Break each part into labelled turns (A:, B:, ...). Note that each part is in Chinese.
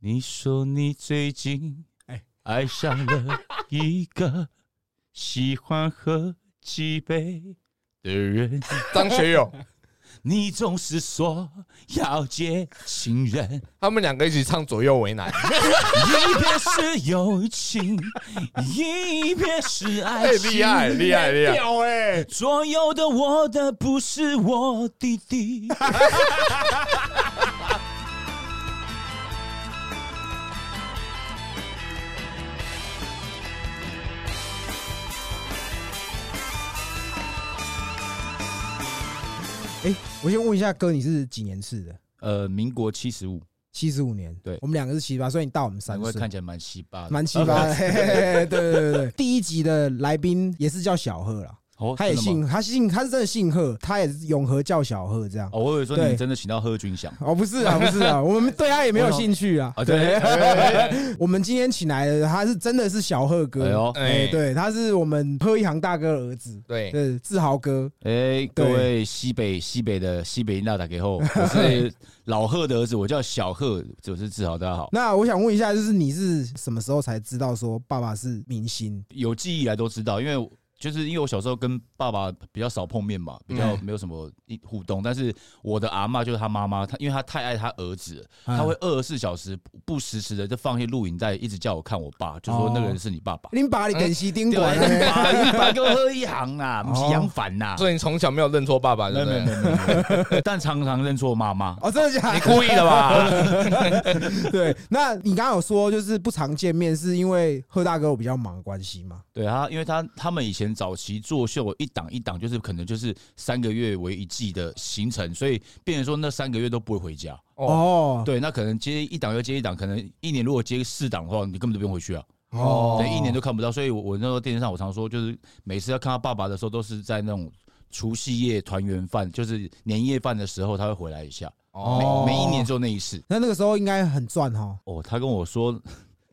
A: 你说你最近
B: 哎
A: 爱上了一个喜欢喝几杯的人，
C: 张学友，
A: 你总是说要接情人，
C: 他们两个一起唱《左右为 难》。
A: 一边是友情，一边是
C: 哎
A: 爱， 情。
C: 厉害厉害厉害！
B: 屌哎！
A: 左右的我的不是我弟 弟。
B: 哎，我先问一下哥，你是几年次的？
A: 呃，民国七十五，
B: 七十五年。
A: 对
B: 我们两个是七十八，所以你大我们
A: 难
B: 三
A: 怪
B: 岁
A: 看。起来蛮稀巴的，
B: 蛮奇葩的，嘿嘿嘿嘿对对对对，第一集的来宾也是叫小贺啦，
A: 哦
B: 他也
A: 真的吗
B: 姓，他姓，他是真的姓贺，他也是永和叫小贺这样。
A: 哦，我以为说你
B: 对
A: 们真的请到贺军翔
B: 哦，不是啊，不是 啊，我们对他也没有兴趣啊。
A: 啊，对，
B: 我们今天请来的他是真的是小贺
A: 哎哎
B: 哥，
A: 呦，
B: 哎，，对，他是我们贺一航大哥的儿子，
C: 对
B: 对，志豪哥，
A: 哎，各位西北西北的西北那打给 后，我是老贺的儿子，我叫小贺，我是志豪，大家好。
B: 那我想问一下，就是你是什么时候才知道说爸爸是明星？
A: 有记忆以来都知道，因为我就是因为我小时候跟爸爸比较少碰面嘛，比较没有什么一互动。但是我的阿嬷就是他妈妈，她因为她太爱她儿子了，
B: 嗯
A: 她会二十四小时不不时时的就放一些录影带，一直叫我看我爸，就说那个人是你爸爸。
B: 你把你等西丁
A: 哎对，
B: 管，
A: 你爸你爸给我喝一行啦，不是杨凡呐。
C: 所以你从小没有认错爸爸，
A: 哦 没
C: 对
A: 有
C: 不
A: 没有
C: 对
A: 没？有没有， 但常常认错妈妈。
B: 哦，真的假
C: 你
B: 的？
C: 故意 的吧？
B: 对，那你刚刚有说就是不常见面，是因为贺大哥我比较忙的关系吗？
A: 对他，因为他他们以前早期作秀一档一档，就是可能就是三个月为一季的行程，所以变成说那三个月都不会回家。
C: 哦
B: 哦，
A: 对，那可能接一档又接一档，可能一年如果接四档的话，你根本就不用回去啊，
B: 哦
A: 对，一年都看不到。所以我我那时候电视上我常说，就是每次要看到爸爸的时候，都是在那种除夕夜团圆饭，就是年夜饭的时候，他会回来一下，
C: 哦，
A: 每一年就那一次。
B: 那那个时候应该很赚哦。
A: 哦，他跟我说，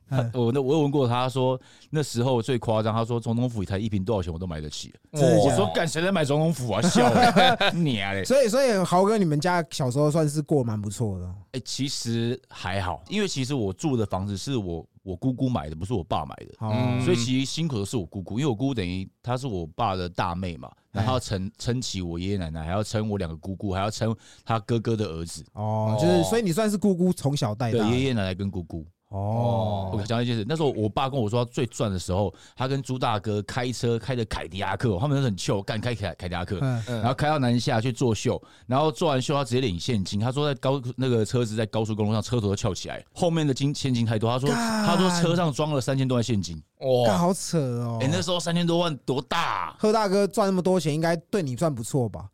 A: 他
B: 嗯
A: 我那我有问过他他说，那时候最夸张，他说总统府台一瓶多少钱我都买得起。啊
C: 哦
B: 真的假
A: 我
B: 的
A: 说干谁在买总统府啊？ 笑欸你啊嘞！
B: 所以，所以豪哥，你们家小时候算是过得蛮不错的哦。
A: 哎、其实还好，因为其实我住的房子是我我姑姑买的，不是我爸买的。
B: 好
C: 嗯
A: 所以其实辛苦的是我姑姑，因为我姑姑等于她是我爸的大妹嘛，然后要撑撑起我爷爷奶奶，还要撑我两个姑姑，还要撑他哥哥的儿子，
B: 哦，就是，所以你算是姑姑从小带
A: 对
B: 大的。
A: 爷爷奶奶跟姑姑。我
B: 哦，
A: 讲一件事，那时候我爸跟我说他最赚的时候，他跟朱大哥开车开的凯迪拉克，他们都很秀，干开凯凯迪拉克，
B: 嗯，
C: 嗯
A: 然后开到南下去做秀，然后做完秀他直接领现金。他说在高那个车子在高速公路上车头都翘起来，后面的金现金太多。他说
B: 干
A: 他说车上装了三千多万现金，
B: 干
C: 哇，
B: 好扯哦
A: 哎、。那时候三千多万多大啊、
B: 贺大哥赚那么多钱，应该对你算不错吧？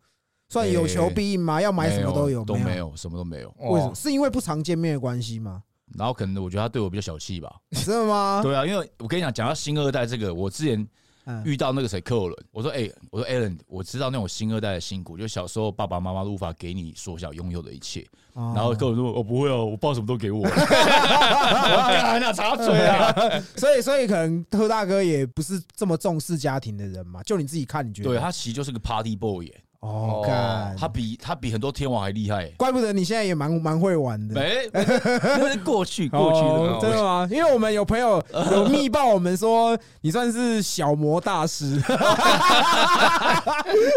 B: 算有求必应吗？要买什么都有，
A: 都没
B: 没有。
A: 有，哦什么都没有。
B: 为什么？
C: 哇
B: 是因为不常见面的关 系吗？
A: 然后可能我觉得他对我比较小气吧。
B: 真的吗？
A: 对啊，因为我跟你讲，讲到新二代这个，我之前
B: 嗯
A: 遇到那个谁克伦，我说哎、我说 Alan，我知道那种新二代的辛苦，就小时候爸爸妈妈都无法给你所想拥有的一切。
B: 哦
A: 然后克伦说：“我、不会哦，我爸什么都 给我。”我干，那插嘴啊！
B: 所以，所以可能贺大哥也不是这么重视家庭的人嘛。就你自己看，你觉得？
A: 对他其实就是个 party boy，耶
B: 哦，
C: 哦
B: 干
A: 他比他比很多天王还厉害耶。
B: 怪不得你现在也蛮蛮会玩的。
A: 没， 那是过去过去
B: 嗯哦
A: 的，
B: 真的吗？因为我们有 朋友有密报我们说，你算是小魔大师。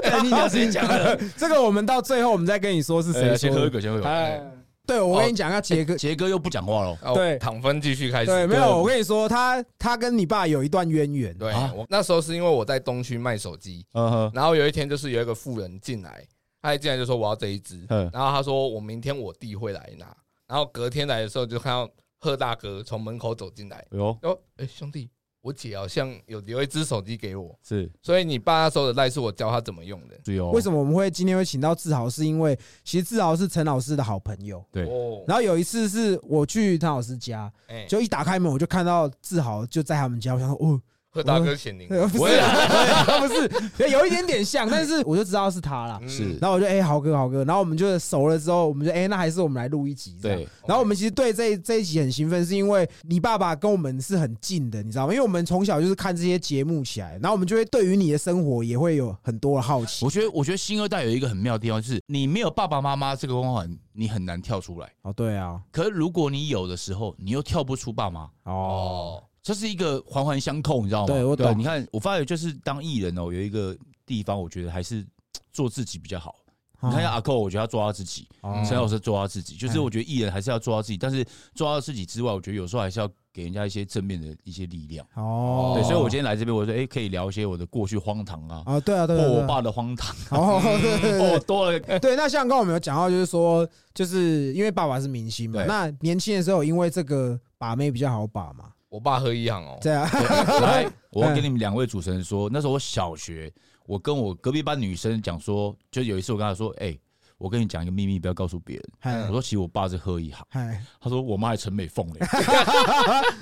A: 哎你讲谁讲的？
B: 这个我们到最后我们再跟你 说是谁
A: 哎先哦
B: 说
A: 喝一
B: 的。
A: 个，先喝一个。
B: 哎，对，我跟你讲，要杰哥。
A: 杰哥又不讲话了。
C: 哦
B: 对
C: 躺分继
A: 哎
C: 续开始。
B: 对，没有，我跟你说，他他跟你爸有一段渊源。
C: 对
A: 啊，
C: 我那时候是因为我在东区卖手机，
A: 嗯哼，
C: 然后有一天就是有一个富人进来，他一进来就说我要这一只，
A: 嗯
C: 然后他说我明天我弟会来拿，然后隔天来的时候就看到贺大哥从门口走进来，
A: 哎呦，
C: 哦，哎兄弟，我姐好像有留一只手机给我，
A: 是
C: 所以你爸那时候的赖是我教他怎么用的。
A: 对哦。
B: 为什么我们会今天会请到志豪？是因为其实志豪是陈老师的好朋友。
A: 对
C: 哦，
B: 然后有一次是我去陈老师家，
C: 哎
A: 嗯
B: 就一打开门我就看到志豪就在他们家，我想说哦，
C: 贺大哥显灵，
A: 嗯
B: 呃不是啊，不是，有一点点像，但是我就知道是他啦。
C: 嗯
A: 是
B: 然后我就哎、豪哥豪哥，然后我们就熟了之后，我们就哎、那还是我们来录一集。这样
A: 对，
B: 然后我们其实对这一这一集很兴奋，是因为你爸爸跟我们是很近的，你知道吗？因为我们从小就是看这些节目起来，然后我们就会对于你的生活也会有很多的好奇
A: 我。觉得我觉得新二代有一个很妙的地方，就是你没有爸爸妈妈这个光环，你很难跳出来。
B: 哦，对啊，
A: 可是如果你有的时候，你又跳不出爸妈，
B: 哦，
C: 哦，
A: 这是一个环环相扣，你知道吗？
B: 对我懂
A: 你看，我发觉就是当艺人哦，有一个地方，我觉得还是嘖做自己比较好。哦
B: 啊
A: 你看像啊嗯阿寇，我觉得他做他自己，
B: 哦
A: 陈老师做他自己，就是
B: 嗯
A: 我觉得艺人还是要做他自己，但是做他自己之外，我觉得有时候还是要给人家一些正面的一些力量。
B: 哦，
A: 对，所以我今天来这边，我说，哎，可以聊一些我的过去荒唐啊，
B: 哦，对啊，对
A: 或
B: 啊，对
A: 我
B: 啊
A: 爸的荒唐，
B: 哦， 对对
A: 哦
B: 对，
A: 多 了，
B: 对对，那像刚刚我们有讲到，就是说，就是因为爸爸是明星嘛，
A: 对
B: 那年轻的时候因为这个把妹比较好把嘛，啊
C: 我爸喝一行哦，
B: 这 样，
A: 我来，我
B: 嗯
A: 要跟你们两位主持人说，那时候我小学，我跟我隔壁班女生讲说，就有一次我跟她说，哎、我跟你讲一个秘密，不要告诉别人。
B: 嗨
A: 我说其实我爸是喝一行，
B: 嗨，
A: 她说我妈还陈美凤嘞，
B: 哎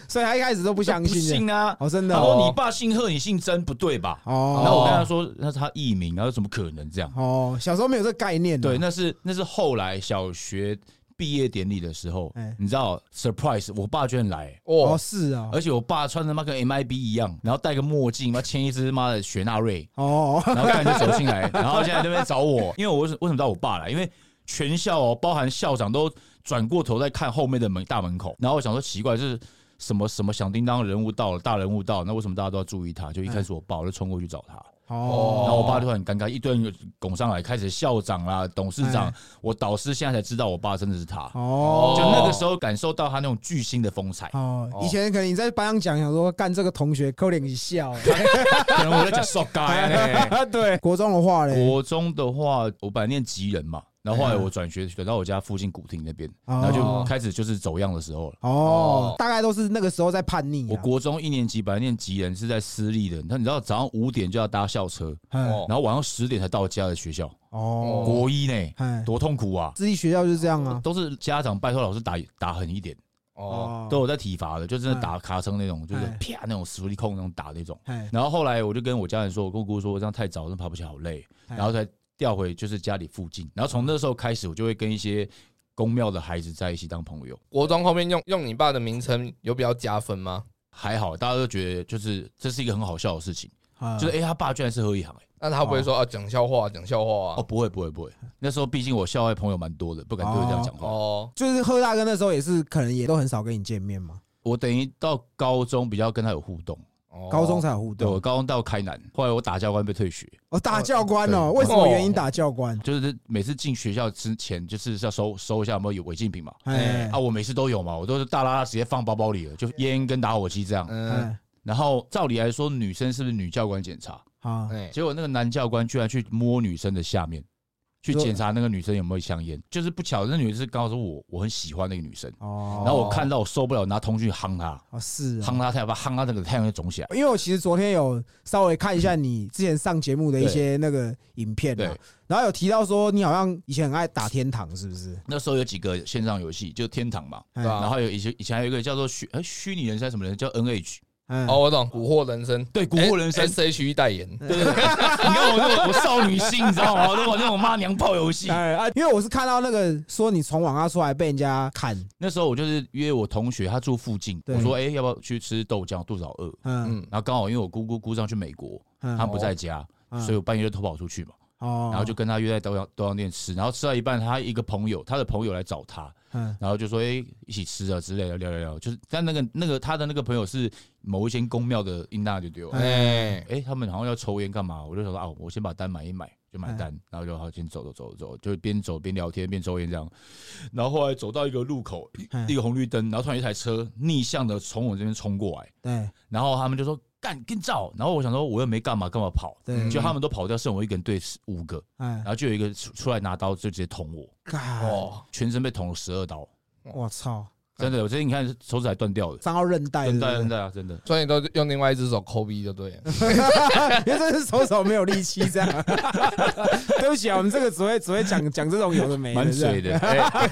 B: 所以他一开始 都不 相
A: 不
B: 信的，
A: 信啊。
B: 哦，真的
A: 她
B: 哦，
A: 说你爸姓贺，你姓曾，不对吧？然后我
B: 哦
A: 跟她说那是他艺名，然后怎么可能这样？
B: 哦，小时候没有这个概念啊，
A: 对，那是那是后来小学毕业典礼的时候
B: 哎，
A: 你知道 surprise，我爸居然来。
B: 哦
C: 哦，
B: 是啊，
A: 而且我爸穿的妈跟 MIB 一样，然后戴个墨镜，妈牵一只妈的雪纳瑞，
B: 哦，
A: 然后看人就走进来，然后现在这边找我，因为我为什为什么找我爸来？因为全校哦，包含校长都转过头在看后面的门大门口，然后我想说奇怪，就是什么什么响叮当人物到了，大人物到了，那为什么大家都要注意他？就一开始我爸我就冲过去找他，然后
B: 哦，
A: 我爸就很尴尬，一堆人就拱上来，开始校长啦、董事长
B: 哎，
A: 我导师现在才知道我爸真的是他，
B: 哦，
A: 就那个时候感受到他那种巨星的风 采。
B: 哦，以前可能你在班上讲，想说干这个同学扣脸一笑，
A: 可能我在讲 so g
C: 哎
B: 啊对，国中的话嘞，
A: 国中的话，我本来念吉人嘛，然后后来我转学转到我家附近古亭那边，
B: 嗯哦
A: 然后就开始就是走样的时候了。
B: 哦，大概都是那个时候在叛逆
A: 我
B: 啊，
A: 国中一年级本来念吉人是在私立的，那你知道早上五点就要搭校车，
B: 嗯
C: 哦
A: 然后晚上十点才到家的学校，
B: 哦，
A: 国一呢，
B: 哎，
A: 多痛苦啊！
B: 私立学校就是这样啊，
A: 都是家长拜托老师打打狠一点，
C: 哦，嗯
A: 都有在体罚的，就真的打卡称那种，就是
B: 哎
A: 啪那种实力控那种打那种。
B: 哎，
A: 然后后来我就跟我家人说，我跟我姑姑说，我这样太早，真的爬不起来，好累，
B: 哎
A: 然后才调回就是家里附近。然后从那时候开始，我就会跟一些公庙的孩子在一起当朋友。
C: 国中后面用用你爸的名称有比较加分吗？
A: 还好，大家都觉得就是这是一个很好笑的事情，
C: 嗯
B: 哎
A: 就是哎、他爸居然是喝一行哎、
C: 那他不会说啊讲笑话讲笑话
A: 哦
C: 啊？
A: 不会不会不会，那时候毕竟我校外朋友蛮多的，不敢对我这样讲话。
C: 哦，
B: 就是贺大哥那时候也是，可能也都很少跟你见面嘛，
A: 我等于到高中比较跟他有互动，
C: 哦
B: 高中才有互
A: 对我
B: 动。
A: 高中到开南，后来我打教官被退学，
B: 哦，打教官哦，为什么原因打教官？
A: 就是每次进学校之前就是要收收一下有没有违禁品嘛。
B: 哎嗯
A: 啊，我每次都有嘛，我都是大拉拉直接放包包里了，就烟跟打火机这样。
C: 嗯，
B: 哎，
A: 然后照理来说，女生是不是女教官检查？
B: 好，
C: 哎，
A: 结果那个男教官居然去摸女生的下面，去检查那个女生有没有香烟。就是不巧，那女生刚好说我我很喜欢那个女生，
B: 哦，
A: 然后我看到我受不了，拿通去夯她，
B: 哦是啊
A: 夯，她太阳，把夯她那个太阳就肿起来。
B: 因为我其实昨天有稍微看一下你之前上节目的一些那个影片啊
A: 对，
B: 然后有提到说你好像以前很爱打天堂，是不是？
A: 那时候有几个线上游戏，就天堂嘛，
B: 哎
C: 对啊
A: 然后有以前以前还有一个叫做虚哎虚拟人生什么人叫 NH，
B: 哎
C: 哦，我懂，蛊惑人生，
A: 对蛊惑人生
C: S H E 代言，
A: 对对对， 你看我那种我少女心，你知道吗？我在玩那种妈娘炮游 戏，
B: 哎啊，因为我是看到那个说你从网咖出来被人家砍，
A: 那时候我就是约我同学，他住附近，
B: 对
A: 我说哎、要不要去吃豆浆？肚子好饿。
B: 嗯
C: 嗯，
A: 然后刚好因为我姑姑姑丈去美国，
B: 嗯，
A: 他不在家，
B: 嗯
A: 所以我半夜就偷跑出去嘛，
B: 哦，
A: 然后就跟他约在豆浆豆浆店吃，然后吃到一半，他一个朋友，他的朋友来找他，
B: 嗯
A: 然后就说哎、一起吃啊之类的，聊聊聊，就是但那个那个他的那个朋友是某一间公庙的英娜就对了，
C: 哎，
A: 哎、他们好像要抽烟干嘛？我就想说啊，我先把单买一买，就买单，
B: 哎
A: 然后就好先走走走走，就边走边聊天边抽烟这样。然后后来走到一个路口，
B: 嗯
A: 一一个红绿灯，然后突然一台车逆向的从我这边冲过来，
B: 对
A: 然后他们就说干跟照，然后我想说我又没干嘛，干嘛跑？
B: 对，
A: 嗯就他们都跑掉，剩我一个人对五个，
B: 哎
A: 然后就有一个出出来拿刀就直接捅我，
B: 干，
C: 哦，
A: 全身被捅了十二刀。
B: 我操，
A: 真的，我最近你看手指还断掉了，
B: 伤到韧带，
A: 韧带
B: 哎对
A: 韧
B: 不 对
A: 带啊，真的。
C: 所以你都用另外一只手抠逼就对 了。
B: 因为这是手手没有力气这样。 对不起啊，我们这个只会只会讲讲这种有的没的，
A: 蛮
B: 这样
A: 水的。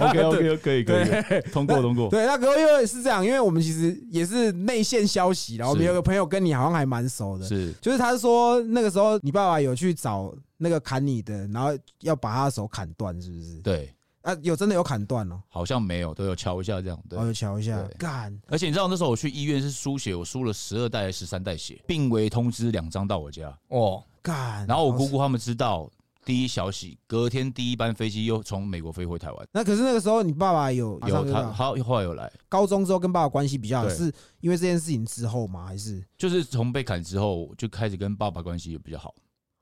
A: OK OK，可以可以，通过通过。
B: 哎 对，那哥因为是这样，因为我们其实也是内线消息啦，然后我们
A: 是
B: 有个朋友跟你好像还蛮熟的，
A: 是
B: 就是他说那个时候你爸爸有去找那个砍你的，然后要把他的手砍断，是不是？
A: 对，
B: 啊，有真的有砍断哦，
A: 好像没有，都有瞧一下这样。对
B: 我，有瞧一下，
A: 对
B: 干，
A: 而且你知道那时候我去医院是输血，我输了十二袋还是十三袋血，病危通知两张到我家，
C: 哦，
B: 干，
A: 然后我
B: 好
A: 姑姑他们知道。第一消息，隔天第一班飞机又从美国飞回台湾，
B: 那可是那个时候你爸爸有马上
A: 有
B: 就
A: 他
B: 到
A: 他后来有来，
B: 高中之后跟爸爸关系比较好，
A: 对
B: 是因为这件事情之后吗？还是
A: 就是从被砍之后就开始跟爸爸关系也比较好，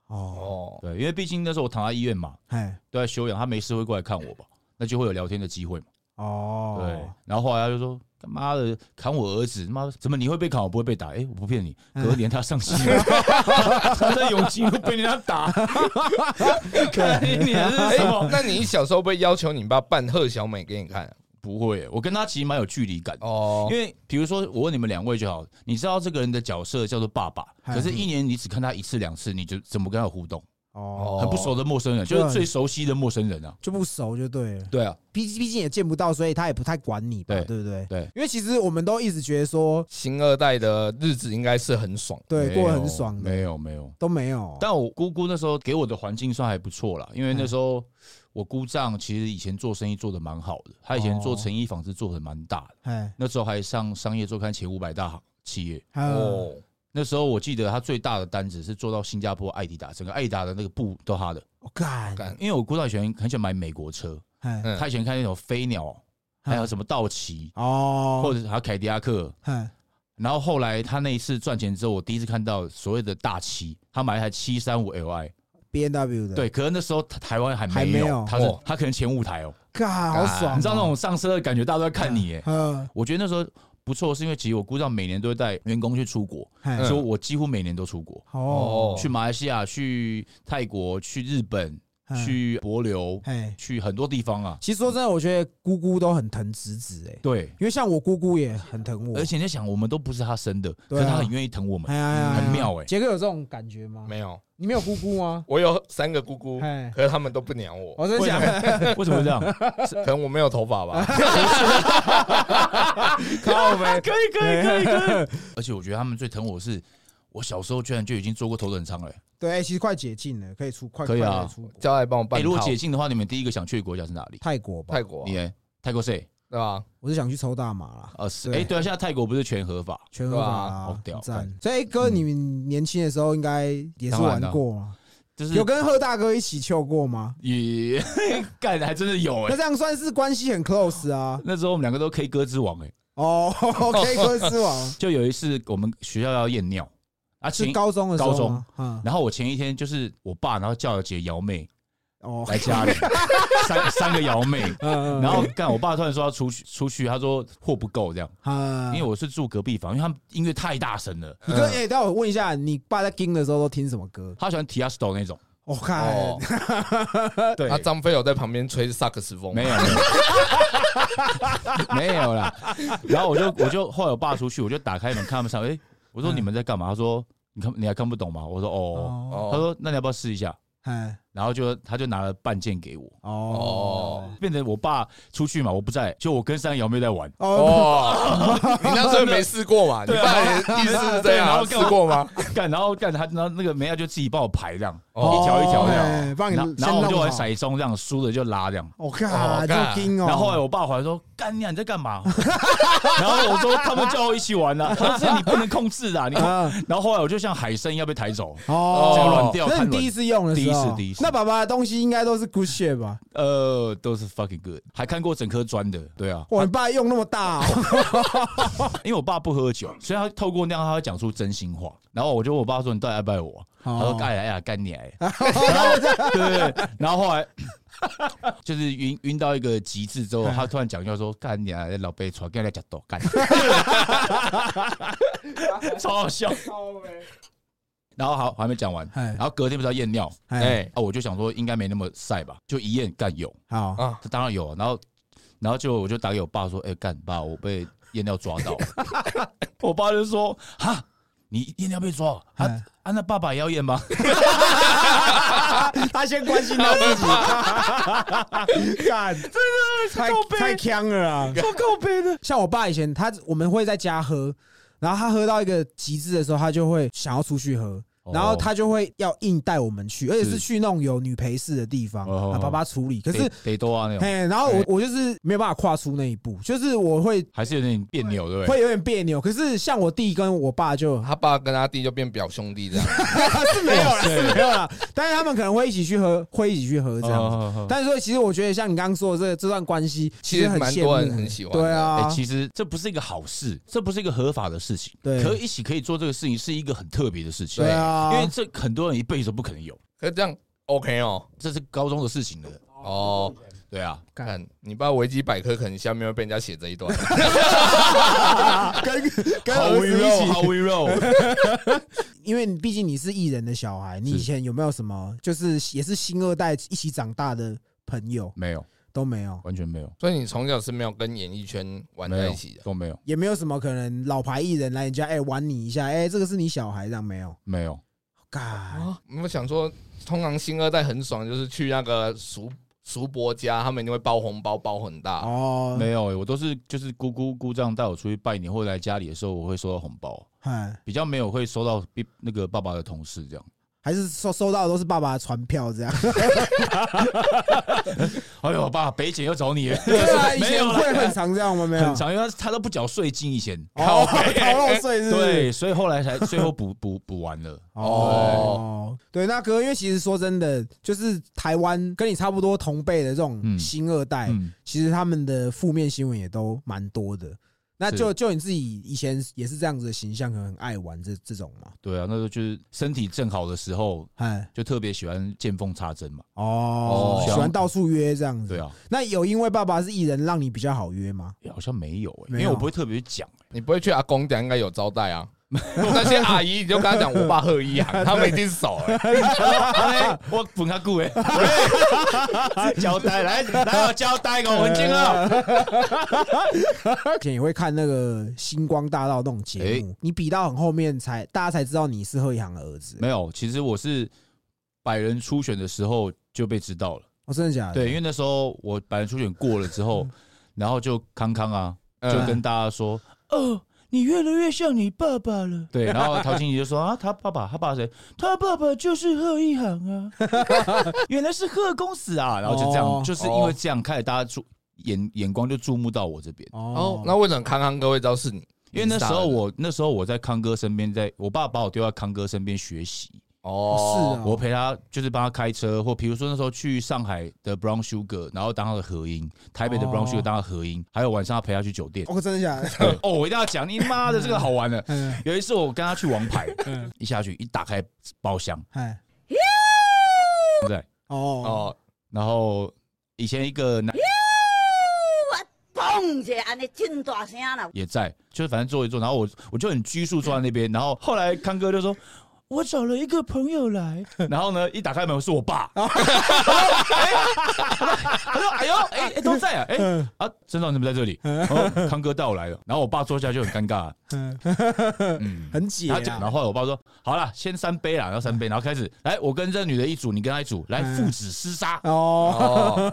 B: 哦，
C: 哦，
A: 对，因为毕竟那时候我躺在医院嘛，
B: 哎，
A: 都在休养，他没事会过来看我吧，那就会有聊天的机会嘛，
B: 哦，
A: 对，然后后来他就说。他妈的，砍我儿子！妈，怎么你会被砍，我不会被打？哎、我不骗你，隔年他上戏 了，他在永庆路被人家打，看你你是
C: 哎
A: 什么？
C: 那你小时候被要求你爸扮贺小美给你看啊？
A: 不会，我跟他其实蛮有距离感的。
C: 哦
A: 因，为比如说，我问你们两位就好，你知道这个人的角色叫做爸爸，
B: 嗨
A: 可是，一年你只看他一次两次，你就怎么跟他有互动？
B: 哦，
A: 很不熟的陌生人，就是
B: 对
A: 最熟悉的陌生人啊。
B: 就不熟就对了。
A: 对啊，
B: 毕毕竟也见不到，所以他也不太管你吧，
A: 对
B: 对不对？
A: 对，
B: 因为其实我们都一直觉得说，
C: 新二代的日子应该是很爽。
B: 对，
A: 没
B: 过得
A: 有
B: 很爽的，
A: 没有没有。
B: 都没有。
A: 但我姑姑那时候给我的环境算还不错啦，因为那时候我姑丈其实以前做生意做的蛮好的，他以前
B: 哦
A: 做成衣纺织做的蛮大的，
B: 哎，
A: 那时候还上商业周刊前五百大企业。
B: 还有
C: 哦，
A: 那时候我记得他最大的单子是做到新加坡艾迪达，整个艾迪达的那个布都他的。
B: 我哦干，
C: 干
A: 因为我姑丈以前很喜欢买美国车，
B: 哎，
C: 嗯
A: 他以前看那种飞鸟，还有什么道奇，
B: 哦，
A: 或者还有凯迪拉克。
B: 哎，
A: 然后后来他那一次赚钱之后，我第一次看到所谓的大七，他买一台七三五 Li，
B: B N W 的，
A: 对，可是那时候他台湾还
B: 还
A: 没
B: 没有
A: 有，他是
C: 哦
A: 他可能前五台哦，
B: 干，好爽哦，
A: 你知道那种上车的感觉，大家都在看你耶。
B: 嗯，
A: 我觉得那时候不错，是因为其实我姑丈每年都会带员工去出国，
B: 哎，
A: 所以我几乎每年都出国，
B: 哦，
A: 去马来西亚、去泰国、去日本、
B: 哎，
A: 去帛琉、
B: 哎，
A: 去很多地方啊。
B: 其实说真的，我觉得姑姑都很疼侄子，哎，
A: 对，
B: 因为像我姑姑也很疼我
A: 而，且你在想，我们都不是他生的，可
B: 对啊
A: 是他很愿意疼我 们。
B: 哎呀，呀
A: 很妙哎
B: 杰哥有这种感觉吗？
C: 没有，
B: 你没有姑姑吗？
C: 我有三个姑姑，
B: 哎，
C: 可是他们都不鸟我，
B: 我真想，
A: 为什么会这样？
C: 可能我没有头发 吧。
B: 靠呗，
A: 可以，可以，可以，可以。而且我觉得他们最疼我是，我小时候居然就已经做过头等舱了、欸。
B: 对，哎，其实快解禁了，可以出，快
A: 可以啊
B: 快出国
C: 叫来帮我
A: 哎、
C: 办
A: 如果
C: 套
A: 解禁的话，你们第一个想去的国家是哪里？
B: 泰国吧
C: 泰，国啊，
A: 你呢？泰国谁？
C: 对吧？
B: 我是想去抽大麻啦。
A: 呃，是哎、
B: 对
A: 对啊，现在泰国不是全合法？
B: 全合法
A: 对
B: 啊，
A: 啊好屌嗯
B: 赞！所以哥，你们年轻的时候应该也是玩过吗？
A: 就是
B: 有跟贺大哥一起秀过吗？
A: 也 干，还真的有哎、
B: 那这样算是关系很 close 啊。
A: 那时候我们两个都 K 歌之王哎、
B: 哦 ，K 歌之王
A: 就有一次我们学校要验尿啊，
B: 是
A: 前
B: 高中的时
A: 高
B: 候
A: 中
B: 吗？嗯，
A: 然后我前一天就是我爸，然后叫了姐瑶妹
B: 哦，
A: 来家里，三三个瑶妹，
B: 嗯，
A: 然后干我爸突然说要出去出去，他说货不够这样，
B: 啊
A: 因为我嗯是住隔壁房，因为他们音乐太大声了，
B: 你哥，哎，待会我问一下，你爸在听的时候都听什么歌？
A: 他喜欢 Tiesto 那种，
B: 我看
C: 哦，
A: 哎
B: 呃
A: 对
C: 那张飞有在旁边吹萨克斯风，
A: 没有，没有 没有啦。然后我就我就后来我爸出去，我就打开门看他们上，哎，我说
B: 嗯
A: 你们在干嘛？他说你看你还看不懂吗？我说哦，
B: 哦，
A: 他
C: 哦，
A: 说那你要不要试一下？
B: 哎，
A: 然后就他就拿了半件给我，
B: 哦，
A: 变成我爸出去嘛，我不在，就我跟三个瑶妹在玩。
B: 哦，
C: 哦， 你那时候没试过嘛？你
A: 对啊
C: 爸也意思是这
A: 对然啊
C: 样，啊
A: 后
C: 试
A: 干嘛
C: 过吗？
A: 干，然后干他，然后那个梅亚就自己帮我排这样，
C: 哦
A: 一条一条这样。
B: 哎帮你
A: 然后
B: 先
A: 然后我就
B: 弄
A: 玩
B: 好
A: 骰盅这样，输了就拉这样。
B: 我
C: 哦
B: 看，
C: 干
B: 就听哦。
A: 然后后来我爸回来说：“干你、啊，你在干嘛？” 然后我说：“他们叫我一起玩的、啊。”他说：“这你不能控制的、啊，你。
B: 啊，”
A: 然后后来我就像海参一样被抬走，
B: 哦，
A: 脚软掉。
B: 那
A: 瘫
B: 你
A: 软
B: 第一次用的时候，
A: 第一次第一次
B: 那爸爸的东西应该都是 good shit 吧？
A: 呃都是 fucking good，还看过整颗砖的，对啊，
B: 哇，你爸用那么大、 哦，
A: 因为我爸不喝酒，所以他透过那样他会讲出真心话。然后我就问我爸说：“你到底爱不爱我？”啊他说：“爱呀爱呀，干你 爱。”然后对对对，然后后来就是晕晕到一个极致之后，他突然讲一句话说：“干你啊，老被传给人家多干。” 超好笑。然后好，我还没讲完。
B: 哎
A: 然后隔天不是要验尿哦
B: 哎，
C: 哎，
A: 啊，我就想说应该没那么晒吧，就一验干有，
B: 好，
C: 啊，
A: 当然有啊。然后然后结果我就打给我爸说：“哎、干爸，我被验尿抓到。” 我爸就说：“哈，你验尿被抓了啊
B: 嗯
A: 啊？那爸爸也要验吗？”
B: 他先关心他自 己，干， 真的太
A: 靠背
B: 太呛了啊！
A: 我靠背的，
B: 像我爸以前，他我们会在家喝，然后他喝到一个极致的时候，他就会想要出去喝。
A: 哦
B: 然后他就会要硬带我们去，而且是
A: 是
B: 去那种有女陪侍的地方，
A: 哦
B: 啊，爸爸处理。可
A: 可
B: 是，
A: 得多啊那种，
B: 嘿，然后我我就是没有办法跨出那一步，就是我会
A: 还是有点别扭，对不对？
B: 会有点别扭。可是像我弟跟我 爸就
C: 他爸跟他弟就变表兄弟这 样，
B: 是没有
C: 哦
B: 了，是没有了。但是他们可能会一起去喝，会一起去喝这
C: 哦
B: 样子。
A: 子
B: 但是说，其实我觉得像你刚刚说的这这段关系，
C: 其
B: 实
C: 实
B: 很
C: 蛮
B: 羡
C: 多
B: 慕
C: 人
B: 的
C: 很喜欢
B: 对
C: 的
A: 哎、
B: 啊，
A: 其实这不是一个好事，这不是一个合法的事情。
B: 对
A: 可一起可以做这个事情是一个很特别的事情，
B: 对
A: 因为
B: 啊，
A: 这很多人一辈子都不可能有，
C: 可是这样 OK 哦。
A: 这是高中的事情了。
C: 哦，
A: 对啊，
C: 看你爸维基百科可能下面会被人家写这 一段，
B: 跟 跟
A: 好
B: 儿
A: we
B: 子一
C: 啊
A: roll，
B: 起
A: 好 we roll，
B: 因为你毕竟你是艺人的小孩，你
A: 是
B: 以前有没有什么就是也是星二代一起长大的朋友
A: 没有，
B: 都没有，
A: 完全没有，
C: 所以你从小是没有跟演艺圈玩
A: 没
C: 在
A: 有
C: 一起的。
A: 都没有，
B: 也没有什么可能老牌艺人来人家哎、玩你一下，哎、这个是你小孩这样没哦有？
A: 没有。
B: 嘎，
C: 啊我想说，通常星二代很爽，就是去那个叔叔伯家，他们一定会包红包，包很大。
B: 哦，
A: 没有欸、我都是就是姑姑姑丈带我出去拜年或者来家里的时候，我会收到红包，
B: 哎，
A: 比较没有会收到比那个爸爸的同事这样。
B: 还是收收到的都是爸爸的传 票这样。
A: 哎呦，爸，北检又找你了，
B: 对啊，以
A: 没
B: 前
A: 有啦
B: 会很常这样吗？没有
A: 很，长，因为他他都不缴税金以前，
B: 哦，逃漏税是不是？
A: 对，所以后来才最后补 补补完了。
B: 哦，对，那哥，因为其实说真的，就是台湾跟你差不多同辈的这种
A: 嗯
B: 新二代，
A: 嗯，
B: 其实他们的负面新闻也都蛮多的。那就是就你自己以前也是这样子的形象，可能很爱玩这这种嘛。
A: 对啊，那时候就是身体正好的时候，
B: 哎，
A: 就特别喜欢见缝插针嘛。
B: 哦
A: 哦，
B: 喜欢到处约这样子。
A: 对啊，
B: 那有因为爸爸是艺人，让你比较好约吗？
A: 欸好像没有欸
B: 没有
A: 因为我不会特别讲 欸。
C: 你不会去阿公家，应该有招 待啊。那些阿姨，你就跟他讲，我爸贺一航，他们一定熟 哎、
A: 哎我本他顾哎， 交代来来，我交代给我啊文静了。
B: 以前也会看那个《星光大道》那种节目，你比到很后面才大家才知道你是贺一航的儿子。
A: 没有，其实我是百人初选的时候就被知道了。
B: 哦，真的假的？
A: 对，因为那时候我百人初选过了之 后，然后就康康啊，
C: 嗯
A: 就跟大家说，哦，你越来越像你爸爸了。对，然后陶晶莹就说啊，他爸爸，他爸爸谁？他爸爸就是贺一航啊， 原来是贺公子啊。然后就这样，
B: 哦
A: 就是因为这样，开始大家注眼眼光就注目到我这边。
C: 哦，那为什么康康哥会知道是你？
A: 因为那时候
C: 你是
A: 我那时候我在康哥身边，在我爸把我丢在康哥身边学习，
C: 大人哦，
B: 是啊
A: 我陪他就是帮他开车，或比如说那时候去上海的 Brown Sugar，然后当他的合音，台北的 Brown
B: 哦
A: Sugar 当他合音，还有晚上他陪他去酒店。
B: 哦，真的假的？
A: 对哦，我一定要讲，你妈的这个好玩的。
B: 嗯，
A: 有一次我跟他去王牌，一下去一打开包厢，
B: 哎，
A: 对不对？
B: 哦
C: 哦，
A: 然后以前一个男
D: 嘣一下，安尼真大声啦！
A: 也在，就是反正坐一坐，然后我我就很拘束坐在那边，然后后来康哥就说。我找了一个朋友来，然后呢，一打开门是我爸。 他说哎他说：“哎呦，哎、哎都在啊，哎、
B: 嗯
A: 啊，真长你怎么在这里？”然后康哥带我来了，然后我爸坐下就很尴尬，
B: 嗯，
A: 嗯，
B: 很解
A: 他就然后
B: 啊。
A: 后来我爸说：“好了，先三杯啦，然后三杯，然后开始来，我跟这女的一组，你跟她一组，来
B: 嗯，
A: 父子厮杀
B: 哦，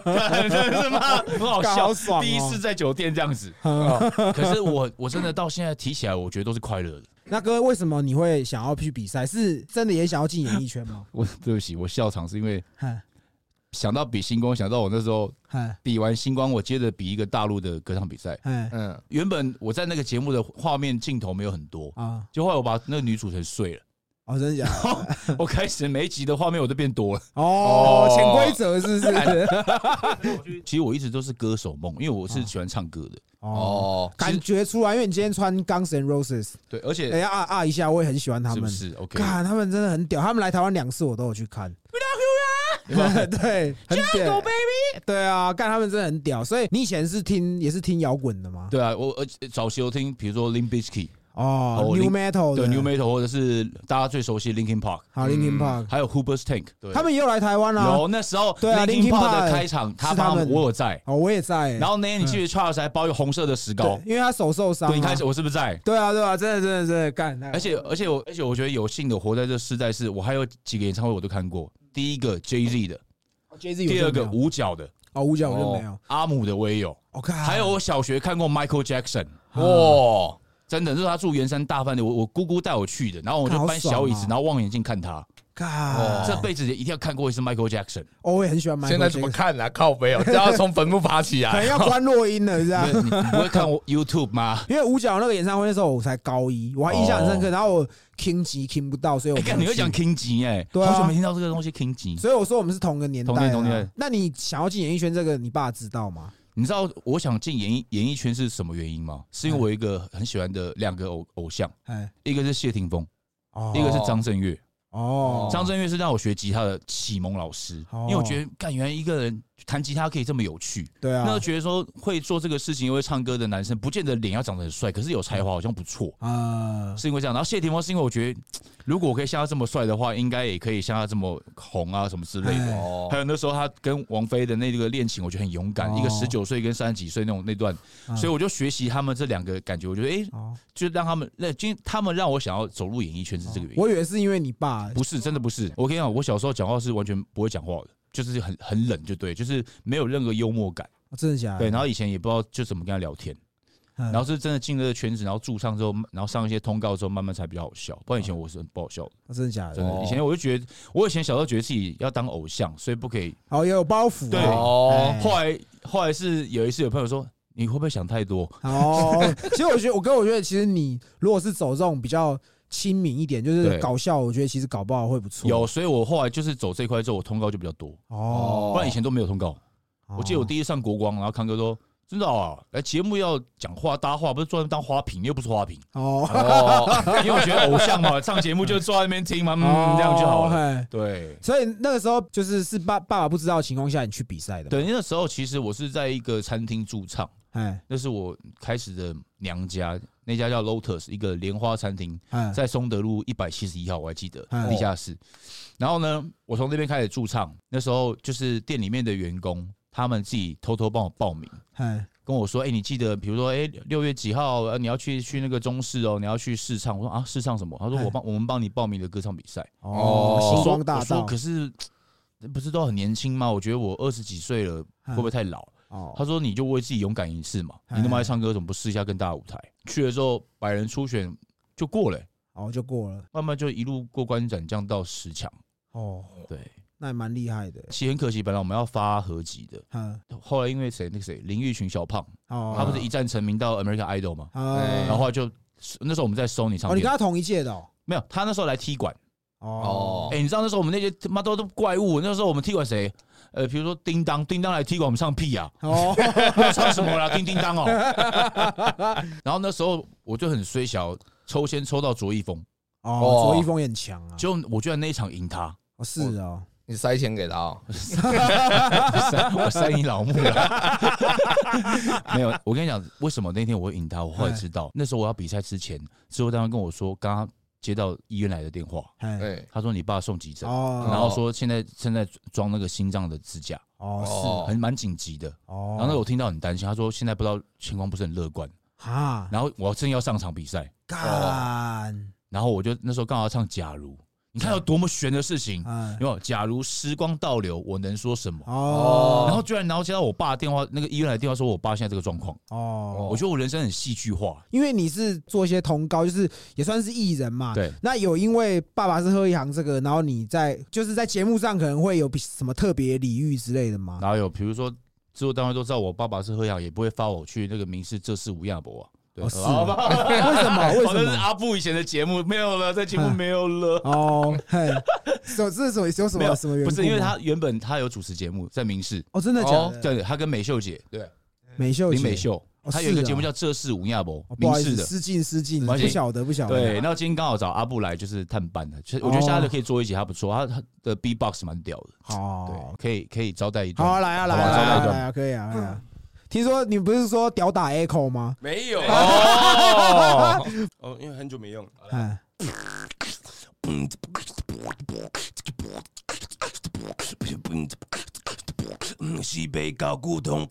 C: 哦，
A: 真的是吗？很好
B: 干
A: 笑，
B: 好爽哦
A: 第一次在酒店这样子。 哦
B: 嗯
A: 可是我我真的到现在提起来，我觉得都是快乐 的。
B: 那哥，为什么你会想要去比赛？是真的也想要进演艺圈吗？
A: 我对不起，我笑场是因为
B: 嗨
A: 想到比星光，想到我那时候
B: 嗨
A: 比完星光，我接着比一个大陆的歌唱比赛。
B: 嗨
C: 嗯，
A: 原本我在那个节目的画面镜头没有很多，
B: 啊！
A: 就后来我把那个女主持人睡 了，
B: 哦，真的假的？
A: 我开始每一集的画面我都变多了。
B: 哦
C: 哦，
B: 潜规则是不 是？
A: 其实我一直都是歌手梦，因为我是喜欢唱歌的。
B: 哦，
C: 哦，
B: 感觉出来，因为你今天穿 Guns N' Roses，
A: 对，而且
B: 哎呀啊啊一下，我也很喜欢他
A: 是不
B: 们。
A: 是 OK？
B: 看他们真的很屌，他们来台湾两次我都有去看。
A: 啊
B: 对，很屌，baby。对啊，干他们真的很屌。所以你以前是听也是听摇滚的吗？
A: 对啊，我而且早期我听，比如说 Limp Bizkit，哦
B: 哦，New
A: Link-
B: Metal 的
A: 对 New Metal 或者是大家最熟悉的 Linkin Park，
B: 好
C: 嗯
B: Linkin Park，
A: 还有 Hooper's Tank，对
B: 他们也有来台湾啦。
A: 有那时候
B: 对啊 Linkin
A: Park
B: Park
A: 的开场，他
B: 是他
A: 帮
B: 们
A: 我有在，
B: 哦，我也在欸。
A: 然后那天你记得 Charles 还包一个红色的石膏
B: 对，，因为他手受伤啊。
A: 对，你开始我是不是在？
B: 对啊，对啊，真的，真的，真的干。那个
A: 而且而且我而且我觉得有幸的活在这世代，是我还有几个演唱会我都看过，第一个 Jay Z 的，
B: 哦 Jay Z 有
A: 第二个
B: 就没有
A: 五角的，
B: 哦，五角我就没有哦啊
A: 哦。阿姆的我也有，
B: 我看
A: 还有我小学看过 Michael Jackson，
B: 啊
A: 哦
C: 哇，
A: 真的，就是他住圆山大饭店，我我姑姑带我去的，然后我
B: 看好
A: 就搬小椅
B: 爽
A: 子
B: 哦，
A: 然后望远镜看他，哦
B: 看，
A: 这辈子一定要看过一次 Michael Jackson。
B: 哦我也很喜欢 Michael
C: 现在怎么
B: Jackson
C: 看啊？靠背哦，这要从坟墓爬起
B: 可能
C: 来。
B: 要关落音了，是吧
A: 你？你不会看我 YouTube 吗？
B: 因为五角那个演唱会那时候我才高一，我还印象很深刻。然后我 King 级 King 不到，所以我
A: 哎，
B: 没有
A: 干你会讲
B: 去
A: King 级哎，
B: 对啊
A: 好久没听到这个东西 King 级。
B: 所以我说我们是同个年代
A: 同
B: 啊。
A: 年同年
B: 那你想要进演艺圈，这个你爸知道吗？
A: 你知道我想进演艺演艺圈是什么原因吗？是因为我有一个很喜欢的两个偶偶像，
B: 哎，
A: 一个是谢霆锋，
B: 哦
A: 一个是张震岳。
B: 哦，
A: 张震岳是让我学吉他的启蒙老师，
B: 哦
A: 因为我觉得干原来一个人弹吉他可以这么有趣。
B: 对啊
A: 那就觉得说会做这个事情又会唱歌的男生，不见得脸要长得很帅，可是有才华好像不错。
B: 啊，
A: 是因为这样，然后谢霆锋是因为我觉得，如果我可以像他这么帅的话，应该也可以像他这么红啊什么之类的。
B: 哎
C: 哦
A: 还，有那时候他跟王菲的那个恋情，我觉得很勇敢，
B: 哦
A: 一个十九岁跟三十几岁那种那段，
B: 嗯
A: 所以我就学习他们这两个感觉，我觉得诶，
B: 哦，
A: 就让他们那今他们让我想要走入演艺圈是这个原因，
B: 我以为是因为你爸
A: 不是真的不是。我跟你讲，我小时候讲话是完全不会讲话的，就是很很冷，就对，就是没有任何幽默感，
B: 哦真的假的？
A: 对。然后以前也不知道就怎么跟他聊天，
B: 嗯，
A: 然后是真的进了这个圈子，然后驻唱之后，然后上一些通告之后，慢慢才比较好笑，不然以前我是很不好笑的。
B: 哦真的假
A: 真
B: 的？
A: 的，
C: 哦
A: 以前我就觉得，我以前小时候觉得自己要当偶像，所以不可以。
B: 哦，也有包袱啊。
A: 对
C: 哦
B: 哎
A: 后来后来是有一次有朋友说，你会不会想太多？
B: 哦，其实我觉得，我跟我觉得，其实你如果是走这种比较亲民一点，就是
A: 对
B: 搞笑，我觉得其实搞不好会不错。
A: 有，所以我后来就是走这一块之后，我通告就比较多，
B: 哦，
A: 不然以前都没有通告。
B: 哦
A: 我记得我第一次上国光，然后康哥说。真的啊，来节目要讲话搭话，不是坐在那边当花瓶，你又不是花 瓶，
B: 哦，
C: 哦，
A: 因为我觉得偶像嘛，上节目就坐在那边听嘛，
B: 哦
A: 嗯，这样就好 了。
B: 嘿
A: 对
B: 所以那个时候就是是爸爸爸不知道的情况下你去比赛的，，
A: 对，那时候其实我是在一个餐厅驻唱，
B: 哎
A: 那是我开始的娘家，那家叫 Lotus，一个莲花餐厅，
B: 哎
A: 在松德路一百七十一号，我还记得
B: 嗯
A: 地下室。然后呢，我从那边开始驻唱，那时候就是店里面的员工，他们自己偷偷帮我报名。
B: 哎
A: 跟我说，哎、你记得，比如说，哎、六月几号、呃你要去去那个中视哦，你要去试唱。我说啊，试唱什么？他说
B: 嗯
A: 我帮我们帮你报名的歌唱比赛。
B: 哦，
C: 哦
B: 星
A: 我说
B: 光大
A: 我说
B: 道
A: 可是不是都很年轻吗？我觉得我二十几岁了，会不会太老？他
B: 嗯哦，
A: 说：“你就为自己勇敢一次嘛，
B: 哎
A: 你那么爱唱歌，怎么不试一下更大的舞台？”去了之后，百人初选就过了、
B: 哦就过了，
A: 慢慢就一路过关斩将到十强。
B: 哦，
A: 对，
B: 那也蛮厉害的，
A: 其实很可惜，本来我们要发合集的，
B: 嗯，
A: 后来因为谁那个谁林玉群小胖，
B: 哦，
A: 他不是一哎战成名到 American Idol 吗？
B: 啊，
A: 然后后来就那时候我们在 Sony 唱
B: 哦，你
A: 片
B: 跟，他同一届的哦，
A: 没有他那时候来踢馆。
B: 哦
C: 哦
A: 哎、你知道那时候我们那些他妈都都怪物，那时候我们踢馆谁？呃，比如说叮当，叮当来踢馆，我们唱屁啊！
B: 哦，
A: 要唱什么啦？叮叮当哦。 然后那时候我就很衰小，抽签抽到卓一峰，
B: 哦，卓一峰也很强啊，
A: 就我居然那一场赢他，
B: 哦是哦，
C: 你塞钱给他哦，
A: 我三姨老母了。 没有，我跟你讲，为什么那天我会赢他？我后来知
B: 哎
A: 道，那时候我要比赛之前，制作单位跟我说，刚刚接到医院来的电话，
B: 哎，
C: 对，
A: 他说你爸送急诊，
B: 哦
A: 然后说现在正在装那个心脏的支架，
B: 哦是
C: 哦
A: 很蛮紧急的。
B: 哦，
A: 然后那个我听到很担心，他说现在不知道情况不是很乐观，
B: 哈
A: 然后我正要上场比赛，
B: 干，
A: 然后我就那时候刚好要唱《假如》，你看有多么悬的事情，
B: 嗯
A: 有没有？假如时光倒流，我能说什么？
B: 哦
A: 然后居然然后接到我爸的电话，那个医院来的电话说我爸现在这个状况，
B: 哦。
A: 我觉得我人生很戏剧化。
B: 因为你是做一些通告，就是也算是艺人嘛。
A: 对。
B: 那有因为爸爸是喝一行这个，然后你在就是在节目上可能会有比什么特别礼遇之类的吗？
A: 然后有比如说制作单位都知道我爸爸是喝药，也不会发我去那个民事这是吴亚博啊。对，
B: 哦是
A: 好吧 好吧
B: 为什么？为
A: 好
B: 什
A: 像是
B: 么？
A: 阿布以前的节目没有了，在节目没 有了。
B: 哦，嘿，所这是什么有什
A: 没有
B: 么什么原故
A: 不
B: 吗
A: 是因为他原本他有主持节目在民视，
B: 哦，真的假
C: 哦
B: 的？
A: 对，他跟美秀姐对
B: 美秀姐
A: 林美，秀，
B: 哦
A: 他有一
B: 是
A: 个
B: 啊
A: 节目叫《这是吴亚博
B: 哦》，不
A: 民
B: 好意
A: 视
B: 思，
A: 的。
B: 失敬失敬，
A: 没
B: 不
A: 关系
B: 晓得不晓得。
A: 对，那今天刚好找阿布来就是探班的，其实我觉
B: 哦
A: 得下次可以做一集，还不错，他他的 B box 蛮屌的，
B: 好
A: 对，，可以可以招待一
B: 好
A: 段。
B: 啊来啊来
A: 好
B: 啊
A: 吧
B: 来
A: 招待
B: 啊
A: 一
B: 来
A: 段。
B: 啊，可以啊。可以啊听说你不是说屌打 echo 吗？
E: 没有
C: 哦，
E: 哦，因为很久没用了。
B: 嗯，哎
E: 嗯，西北搞古董。
A: 是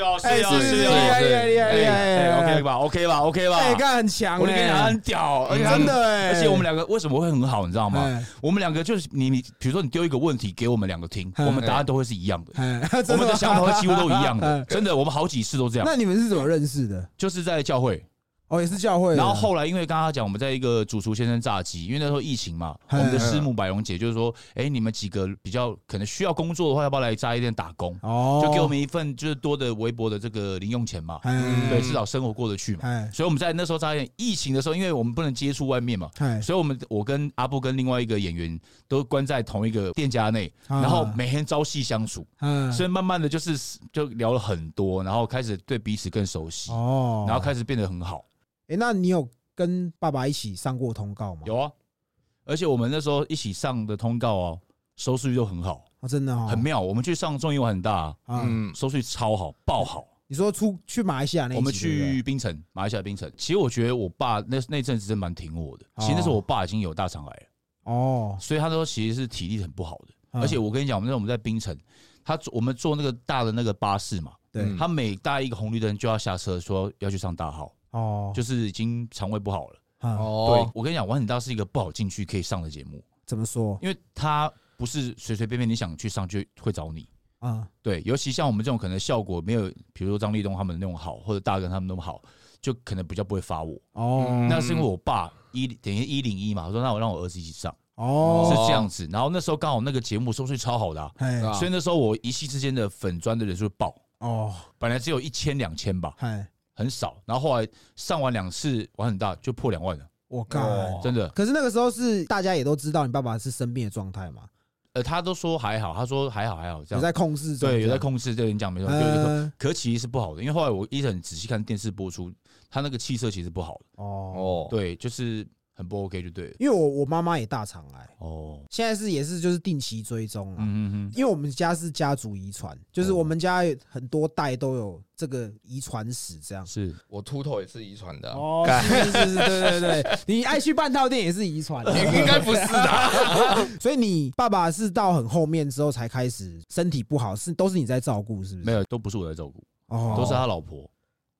A: 哦，是
B: 哎，
A: 哦，
B: 是
A: 是
B: 是是，厉
A: 哦。
B: 害厉害厉害厉
A: 哎
B: 害
A: ，OK 吧，OK 吧，OK 吧。
B: 哎，看很强，
A: 我就跟你讲，很屌，而且他们
B: 真的哎
A: 而且我们两个为什么会很好，你知道吗
B: 哎？
A: 我们两个就是你你，比如说你丢一个问题给我们两个听，
B: 嗯
A: 我们答案都会是一样的，
B: 哎，
A: 我
B: 真
A: 们的
B: 的
A: 想法会几乎都一样 的
B: 嗯，
A: 真的，我们好几次都这样，
B: 那你们是怎么认识的？
A: 就是在教会。
B: 哦，也是教会的，
A: 然后后来因为刚刚讲我们在一个主厨先生炸鸡，因为那时候疫情嘛，我
B: 嗯
A: 们的师母百荣姐就是说，哎，你们几个比较可能需要工作的话，要不要来炸鸡店打工？
B: 哦，
A: 就给我们一份就是多的微薄的这个零用钱嘛，
B: 哎，
A: 对，至少生活过得去嘛。
B: 哎
A: 所以我们在那时候扎演疫情的时候，因为我们不能接触外面嘛，
B: 哎，
A: 所以我们我跟阿布跟另外一个演员都关在同一个店家内，
B: 啊
A: 然后每天朝夕相处，
B: 嗯，
A: 所以慢慢的就是就聊了很多，然后开始对彼此更熟悉，
B: 哦，
A: 然后开始变得很好。
B: 哎，那你有跟爸爸一起上过通告吗？
A: 有啊，而且我们那时候一起上的通告哦，收视率都很好，
B: 哦，真的哦，
A: 很妙。我们去上综艺玩很大啊，
B: 啊。
C: 嗯，
A: 收视率超好，爆好。
B: 你说出去马来西亚那一集
A: 我们
B: 对不对
A: 去槟城，马来西亚槟城。其实我觉得我爸那那阵子真蛮挺我的。其实那时候我爸已经有大肠癌了，
B: 哦，
A: 所以他说其实是体力很不好的。
B: 嗯
A: 而且我跟你讲，我们那时候我们在槟城，他坐我们坐那个大的那个巴士嘛，
B: 对
C: 嗯
A: 他每搭一个红绿灯就要下车，说要去上大号，
B: 哦，
A: 就是已经肠胃不好了。
B: 哦，
A: 对
C: 哦，
A: 我跟你讲，玩很大是一个不好进去可以上的节目，
B: 怎么说
A: 因为他不是随随便便你想去上就会找你。
B: 啊？
A: 对，尤其像我们这种可能效果没有，比如说张立东他们那种好，或者大根他们那么好，就可能比较不会发我。
B: 哦
A: 那是因为我爸一等于一零一嘛，我说那我让我儿子一起上、
B: 哦，
A: 是这样子。然后那时候刚好那个节目收视率超好的啊、
B: 哎
C: 啊
A: 所以那时候我一夕之间的粉砖的人数爆，
B: 哦，
A: 本来只有一千两千吧，
B: 哎，
A: 很少。然后后来上完两次玩很大就破两万了，
B: 我靠！
C: 哦
A: 真的。
B: 可是那个时候是大家也都知道你爸爸是生病的状态嘛，
A: 呃，他都说还好，他说还好还好这
B: 有
A: 样，
B: 在控制中，
A: 对，有在
B: 这样，啊
A: 控制。对你讲没错，对有在控
B: 嗯，
A: 可其实是不好的，因为后来我一直很仔细看电视播出，他那个气色其实不好的，
B: 哦，
C: 哦，
A: 对，就是很不 OK 就对了。
B: 因为我我妈妈也大肠癌，
A: 哦，
B: 现在是也是就是定期追踪啊，
A: 嗯嗯哦
B: 因为我们家是家族遗传，就是我们家有很多代都有这个遗传史这样
A: 嗯，。是。
C: 我秃头也是遗传的啊，
B: 哦，是是是，对对对，你爱去半套店也是 遗传，
C: 应该不是的，
B: 所以你爸爸是到很后面之后才开始身体不好，是都是你在照顾，是不
A: 没
B: 是？
A: 有，都不是我在照顾，
B: 哦，
A: 都是他老婆。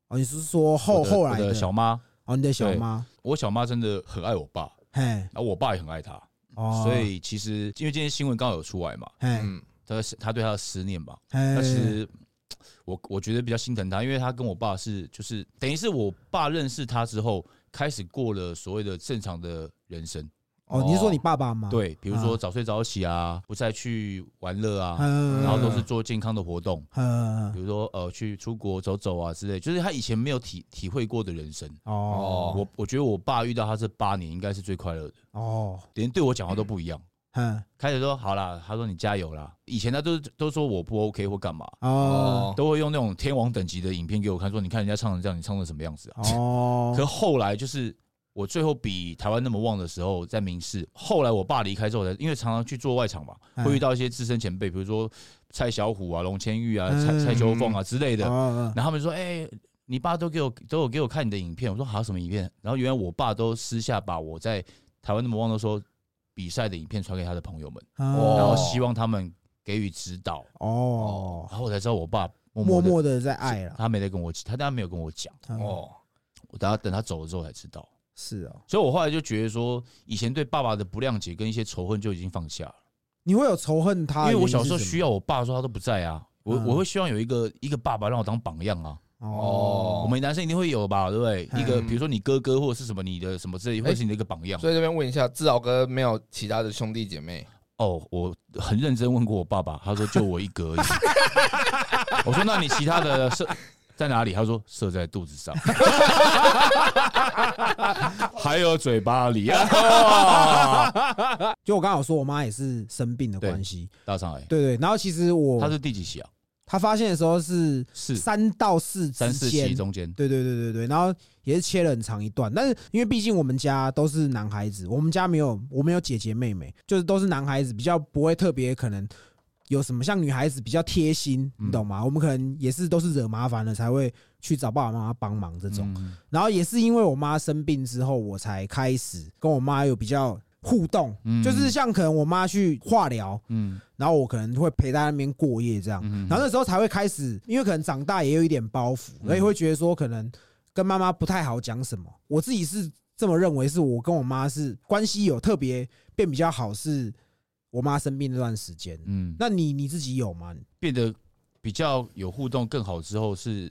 B: 哦，你是说后
A: 我的
B: 后来
A: 我的小妈，
B: 哦，你的小妈，
A: 我小妈真的很爱我爸，
B: 嘿，
A: 然后我爸也很爱她，
B: 哦，
A: 所以其实因为今天新闻刚好有出来嘛，
B: 嘿，
C: 嗯，
A: 他他对他的思念吧，
B: 那
A: 那其实我我觉得比较心疼他，因为他跟我爸是就是等于是我爸认识他之后，开始过了所谓的正常的人生，
B: 哦，你是说你爸爸吗？，
A: 对，比如说
B: 啊
A: 早睡早起啊，不再去玩乐啊，
B: 嗯，
A: 然后都是做健康的活动。
B: 嗯，
A: 比
B: 嗯，
A: 如说，呃，去出国走走啊之类，就是他以前没有体体会过的人生。
B: 哦，
A: 我我觉得我爸遇到他这八年，应该是最快乐的，
B: 哦，
A: 连对我讲话都不一样。
B: 嗯，
A: 开始说好啦，他说你加油啦。以前他都都说我不 OK 或干嘛，
B: 哦，
C: 哦，
A: 都会用那种天王等级的影片给我看，说你看人家唱成这样，你唱成什么样子啊？
B: 哦，
A: 可后来就是我最后比台湾那么旺的时候，在明视，后来我爸离开之后，才因为常常去做外场嘛，
B: 嗯
A: 会遇到一些资深前辈，比如说蔡小虎啊、龙千玉啊、
B: 嗯
A: 蔡蔡秋凤啊之类的，
B: 哦，
A: 然后他们说：“哎、你爸都给我都有给我看你的影片。”我说：“好，什么影片？”然后原来我爸都私下把我在台湾那么旺的时候比赛的影片传给他的朋友们，
B: 哦，
A: 然后希望他们给予指导。
B: 哦，
A: 然后我才知道我爸默默地
B: 默哦默的在爱了，
A: 他没在跟我，他当然没有跟我讲。
B: 哦，
C: 哦，
A: 我等他等他走了之后才知道。
B: 是哦，
A: 所以我后来就觉得说，以前对爸爸的不谅解跟一些仇恨就已经放下了，
B: 你会有仇恨
A: 因
B: 他的
A: 为
B: 啊原因
A: 我
B: 是什么，
A: 小时候需要我爸的时候他都不在啊。我
B: 嗯
A: 我会希望有一个一个爸爸让我当榜样啊。
B: 哦
A: 我们男生一定会有吧，对不对？
B: 嗯
A: 一个比如说你哥哥或者是什么你的什么之类，或者是你的一个榜
B: 嗯
A: 样。
C: 所以这边问一下，志豪哥没有其他的兄弟姐妹？
A: 哦，我很认真问过我爸爸，他说就我一个而已。 我说那你其他的射在哪里？他说射在肚子 上，还有嘴巴 里啊，
B: 就我刚好说，我妈也是生病的关系，
A: 大上来。
B: 对对。然后其实我
A: 他是第几期啊？
B: 她发现的时候是
A: 是
B: 三到四之
A: 三四
B: 间
A: 期，中间。
B: 对对对对对。然后也是切了很长一段，但是因为毕竟我们家都是男孩子，我们家没有我没有姐姐妹妹，就是都是男孩子，比较不会特别可能有什么像女孩子比较贴心，
A: 嗯
B: 你懂吗？我们可能也是都是惹麻烦了才会去找爸爸妈妈帮忙这种。
A: 嗯
B: 然后也是因为我妈生病之后，我才开始跟我妈有比较互动，
A: 嗯
B: 就是像可能我妈去化疗，
A: 嗯
B: 然后我可能会陪她那边过夜这样，
A: 嗯
B: 然后那时候才会开始，因为可能长大也有一点包袱，所
A: 嗯
B: 以会觉得说可能跟妈妈不太好讲什么。我自己是这么认为，是我跟我妈是关系有特别变比较好，是我妈生病那段时间。
A: 嗯，那
B: 那你你自己有吗？
A: 变得比较有互动更好之后，是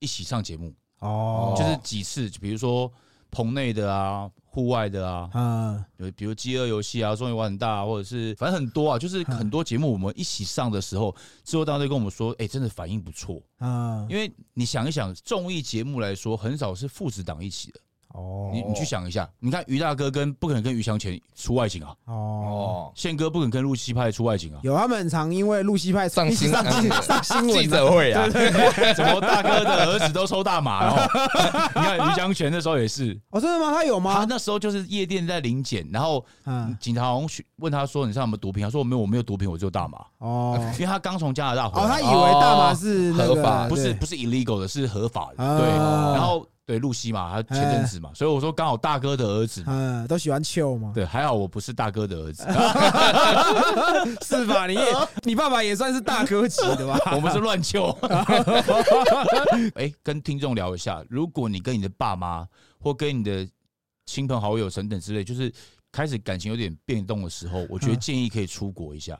A: 一起上节目，
B: 哦，
A: 就是几次，比如说棚内的啊，户外的啊，
B: 嗯，
A: 有比如饥饿游戏啊，终于玩很大、啊，或者是反正很多啊，就是很多节目我们一起上的时候，制作单位跟我们说，哎、真的反应不错。
B: 嗯，
A: 因为你想一想，综艺节目来说，很少是父子档一起的。
B: 哦，
A: 你你去想一下，你看于大哥跟不可能跟于翔前出外景啊，
B: 哦，
C: 哦，
A: 宪哥不可能跟陆西派出外景 啊，
B: 有他们很常因为露西派
C: 上
B: 一起
C: 新
B: 上新 上新闻
C: 记者会啊，
A: 怎么大哥的儿子都抽大麻了哦？ 你看于翔全那时候也是，
B: 哦，真的吗？他有
A: 他
B: 吗？
A: 那时候就是夜店在临检，然后
B: 嗯，
A: 警察好像去问他说：“你上有没有毒品？”他说：“我没有，我没有毒品，我只有大麻。
B: 哦”
A: 因为他刚从加拿大回
B: 哦，他
A: 来，
B: 以为大麻是那
C: 合
B: 个
C: 法
A: 哦不是
B: 对
A: 不是 illegal 的，是合法的。
B: 啊哎
A: 对，然后对露西嘛，他前阵子嘛，所以我说刚好大哥的儿子嘛，
B: 嗯，都喜欢 chill 吗？
A: 对，还好我不是大哥的儿子，
B: 啊是吧？ 你也你爸爸也算是大哥级 的吧？
A: 我们是乱救。哎，跟听众聊一下，如果你跟你的爸妈或跟你的亲朋好友等等之类，就是开始感情有点变动的时候，我觉
B: 嗯
A: 得建议可以出国一下，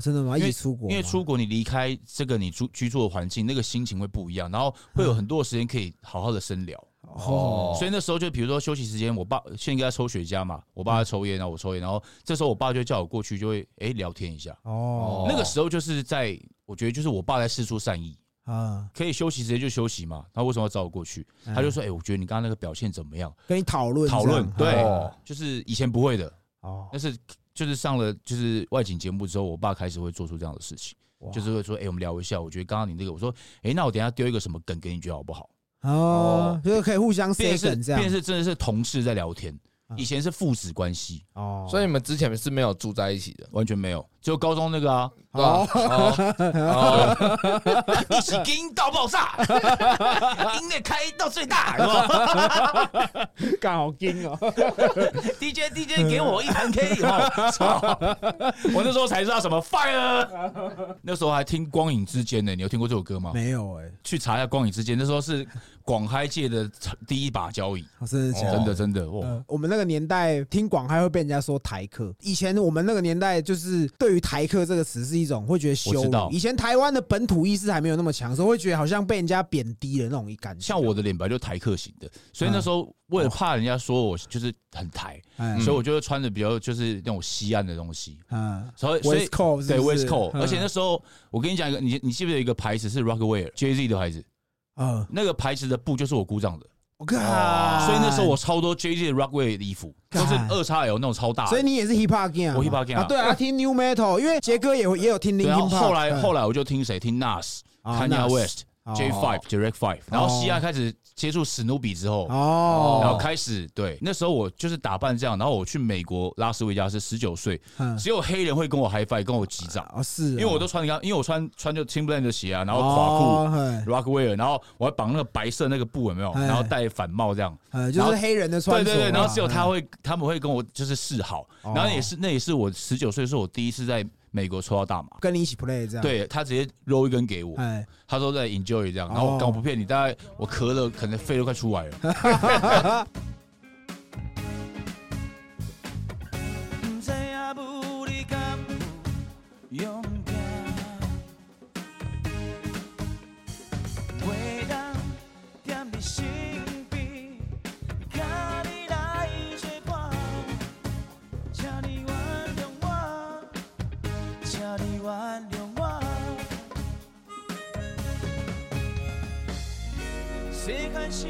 B: 真的吗？一
A: 因为
B: 起出国吗，
A: 因为出国你离开这个你住居住的环境，那个心情会不一样，然后会有很多的时间可以好好的深聊。
B: 嗯哦，
A: 所以那时候就比如说休息时间，我爸现在在抽雪茄嘛，我
B: 嗯
A: 爸在抽烟，然后我抽烟，然后这时候我爸就叫我过去，就会哎、聊天一下。
B: 哦，
A: 那个时候就是在，我觉得就是我爸在四处善意，
B: 啊，
A: 可以休息直接就休息嘛。他为什么要找我过去？
B: 嗯
A: 他就说：“哎、我觉得你刚刚那个表现怎么样
B: 跟你讨？”论
A: 讨论
B: 这
A: 对
B: 样
C: 哦，
A: 就是以前不会的，
B: 哦，
A: 但是就是上了就是外景节目之后，我爸开始会做出这样的事情，
B: 哇
A: 就是会说：“哎、我们聊一下，我觉得刚刚你那个，我说，哎、那我等一下丢一个什么梗给你，觉得好不好
B: 哦
C: 哦，
B: 就是可以互相？”塞
A: 变成
B: 梗
A: 是
B: 这样嗯
A: 变成，是真的是同事在聊天，以前是父子关系，
B: 哦，
C: 所以你们之前是没有住在一起的，
A: 完全没有，只有高中那个啊，
C: 对吧？哦哦，
A: 一起盯到爆 炸，音乐开到最大，有没有？
B: 干好硬哦，
A: DJ DJ 给我一盘 K 以 后，操！我那时候才知道什么 fire。那时候还听《光影之间》呢，你有听过这首歌吗？
B: 没有哎，
A: 去查一下《光影之间》，那时候是广嗨界的第一把交椅，
B: 我真的假
A: 真
B: 的？
A: 的真的哦。
B: 呃我们那个年代听广嗨会被人家说台客，以前我们那个年代就是对于台客这个词是一种会觉得羞
A: 我知
B: 辱
A: 道。
B: 以前台湾的本土意识还没有那么强，所以会觉得好像被人家贬低的那种感觉。
A: 像我的脸白就台客型的，所以
B: 嗯
A: 那时候
B: 哦
A: 为了怕人家说我就是很台，
B: 哎，
A: 所以我就会穿的比较就是那种西岸的东西，
B: 嗯，
A: 所以所以
B: West Coast
A: 对
B: 是不是
A: West Coast，
B: 嗯
A: 而且那时候我跟你讲一个，你你记不记得有一个牌子是 Rockaway Jay Z 的牌子？
B: 嗯，
A: 那个牌子的布就是我鼓掌的，
B: 我靠！
A: 所以那时候我超多 Jay Z 的 Rockaway 的衣服，都
B: 哎干
A: 是二叉 L 那种超大的。
B: 所以你也是 hip hop gang，
A: 我 hip hop gang
B: 啊，对啊，听 new metal，因为杰哥也会也有听 l i
A: 对
B: n
A: 然
B: k
A: 后
B: i
A: 后来后
B: 来
A: 来我就听谁听 Nas、
B: 啊
A: Kanye
B: 嗯 Nas
A: West、
B: 哦
A: J Five、Direct Five，然后西亚开始接触史努比之后。然后
B: 哦，
A: 开始对，那时候我就是打扮这样，然后我去美国拉斯维加斯，十九岁，
B: 嗯
A: 只有黑人会跟我 high five，跟我击掌，
B: 哦是哦，
A: 因为我都穿你看，因为我穿穿就 Timberland 的鞋啊，然后垮裤、
B: 哦，
A: Rockwear，然后我还绑那个白色那个布有没有？
B: 哎
A: 然后戴反帽这样，
B: 呃，就是黑人的穿
A: 对
B: 着嘛，
A: 对对，然后只有他
B: 嗯，
A: 会，他们会跟我就是示好，
B: 哦
A: 然后也是那也是我十九岁是我第一次在美国抽到大麻，
B: 跟你一起 play 这样，，
A: 对他直接揉一根给我，
B: 哎，
A: 他说在 enjoy 这样，然后
B: 哦
A: 我刚不骗你，大概我咳了可能肺都快出来了。
E: 不知影雾你敢有勇敢，袂当踮你身边，靠你来作伴，请你原谅我，请你原谅我。世界是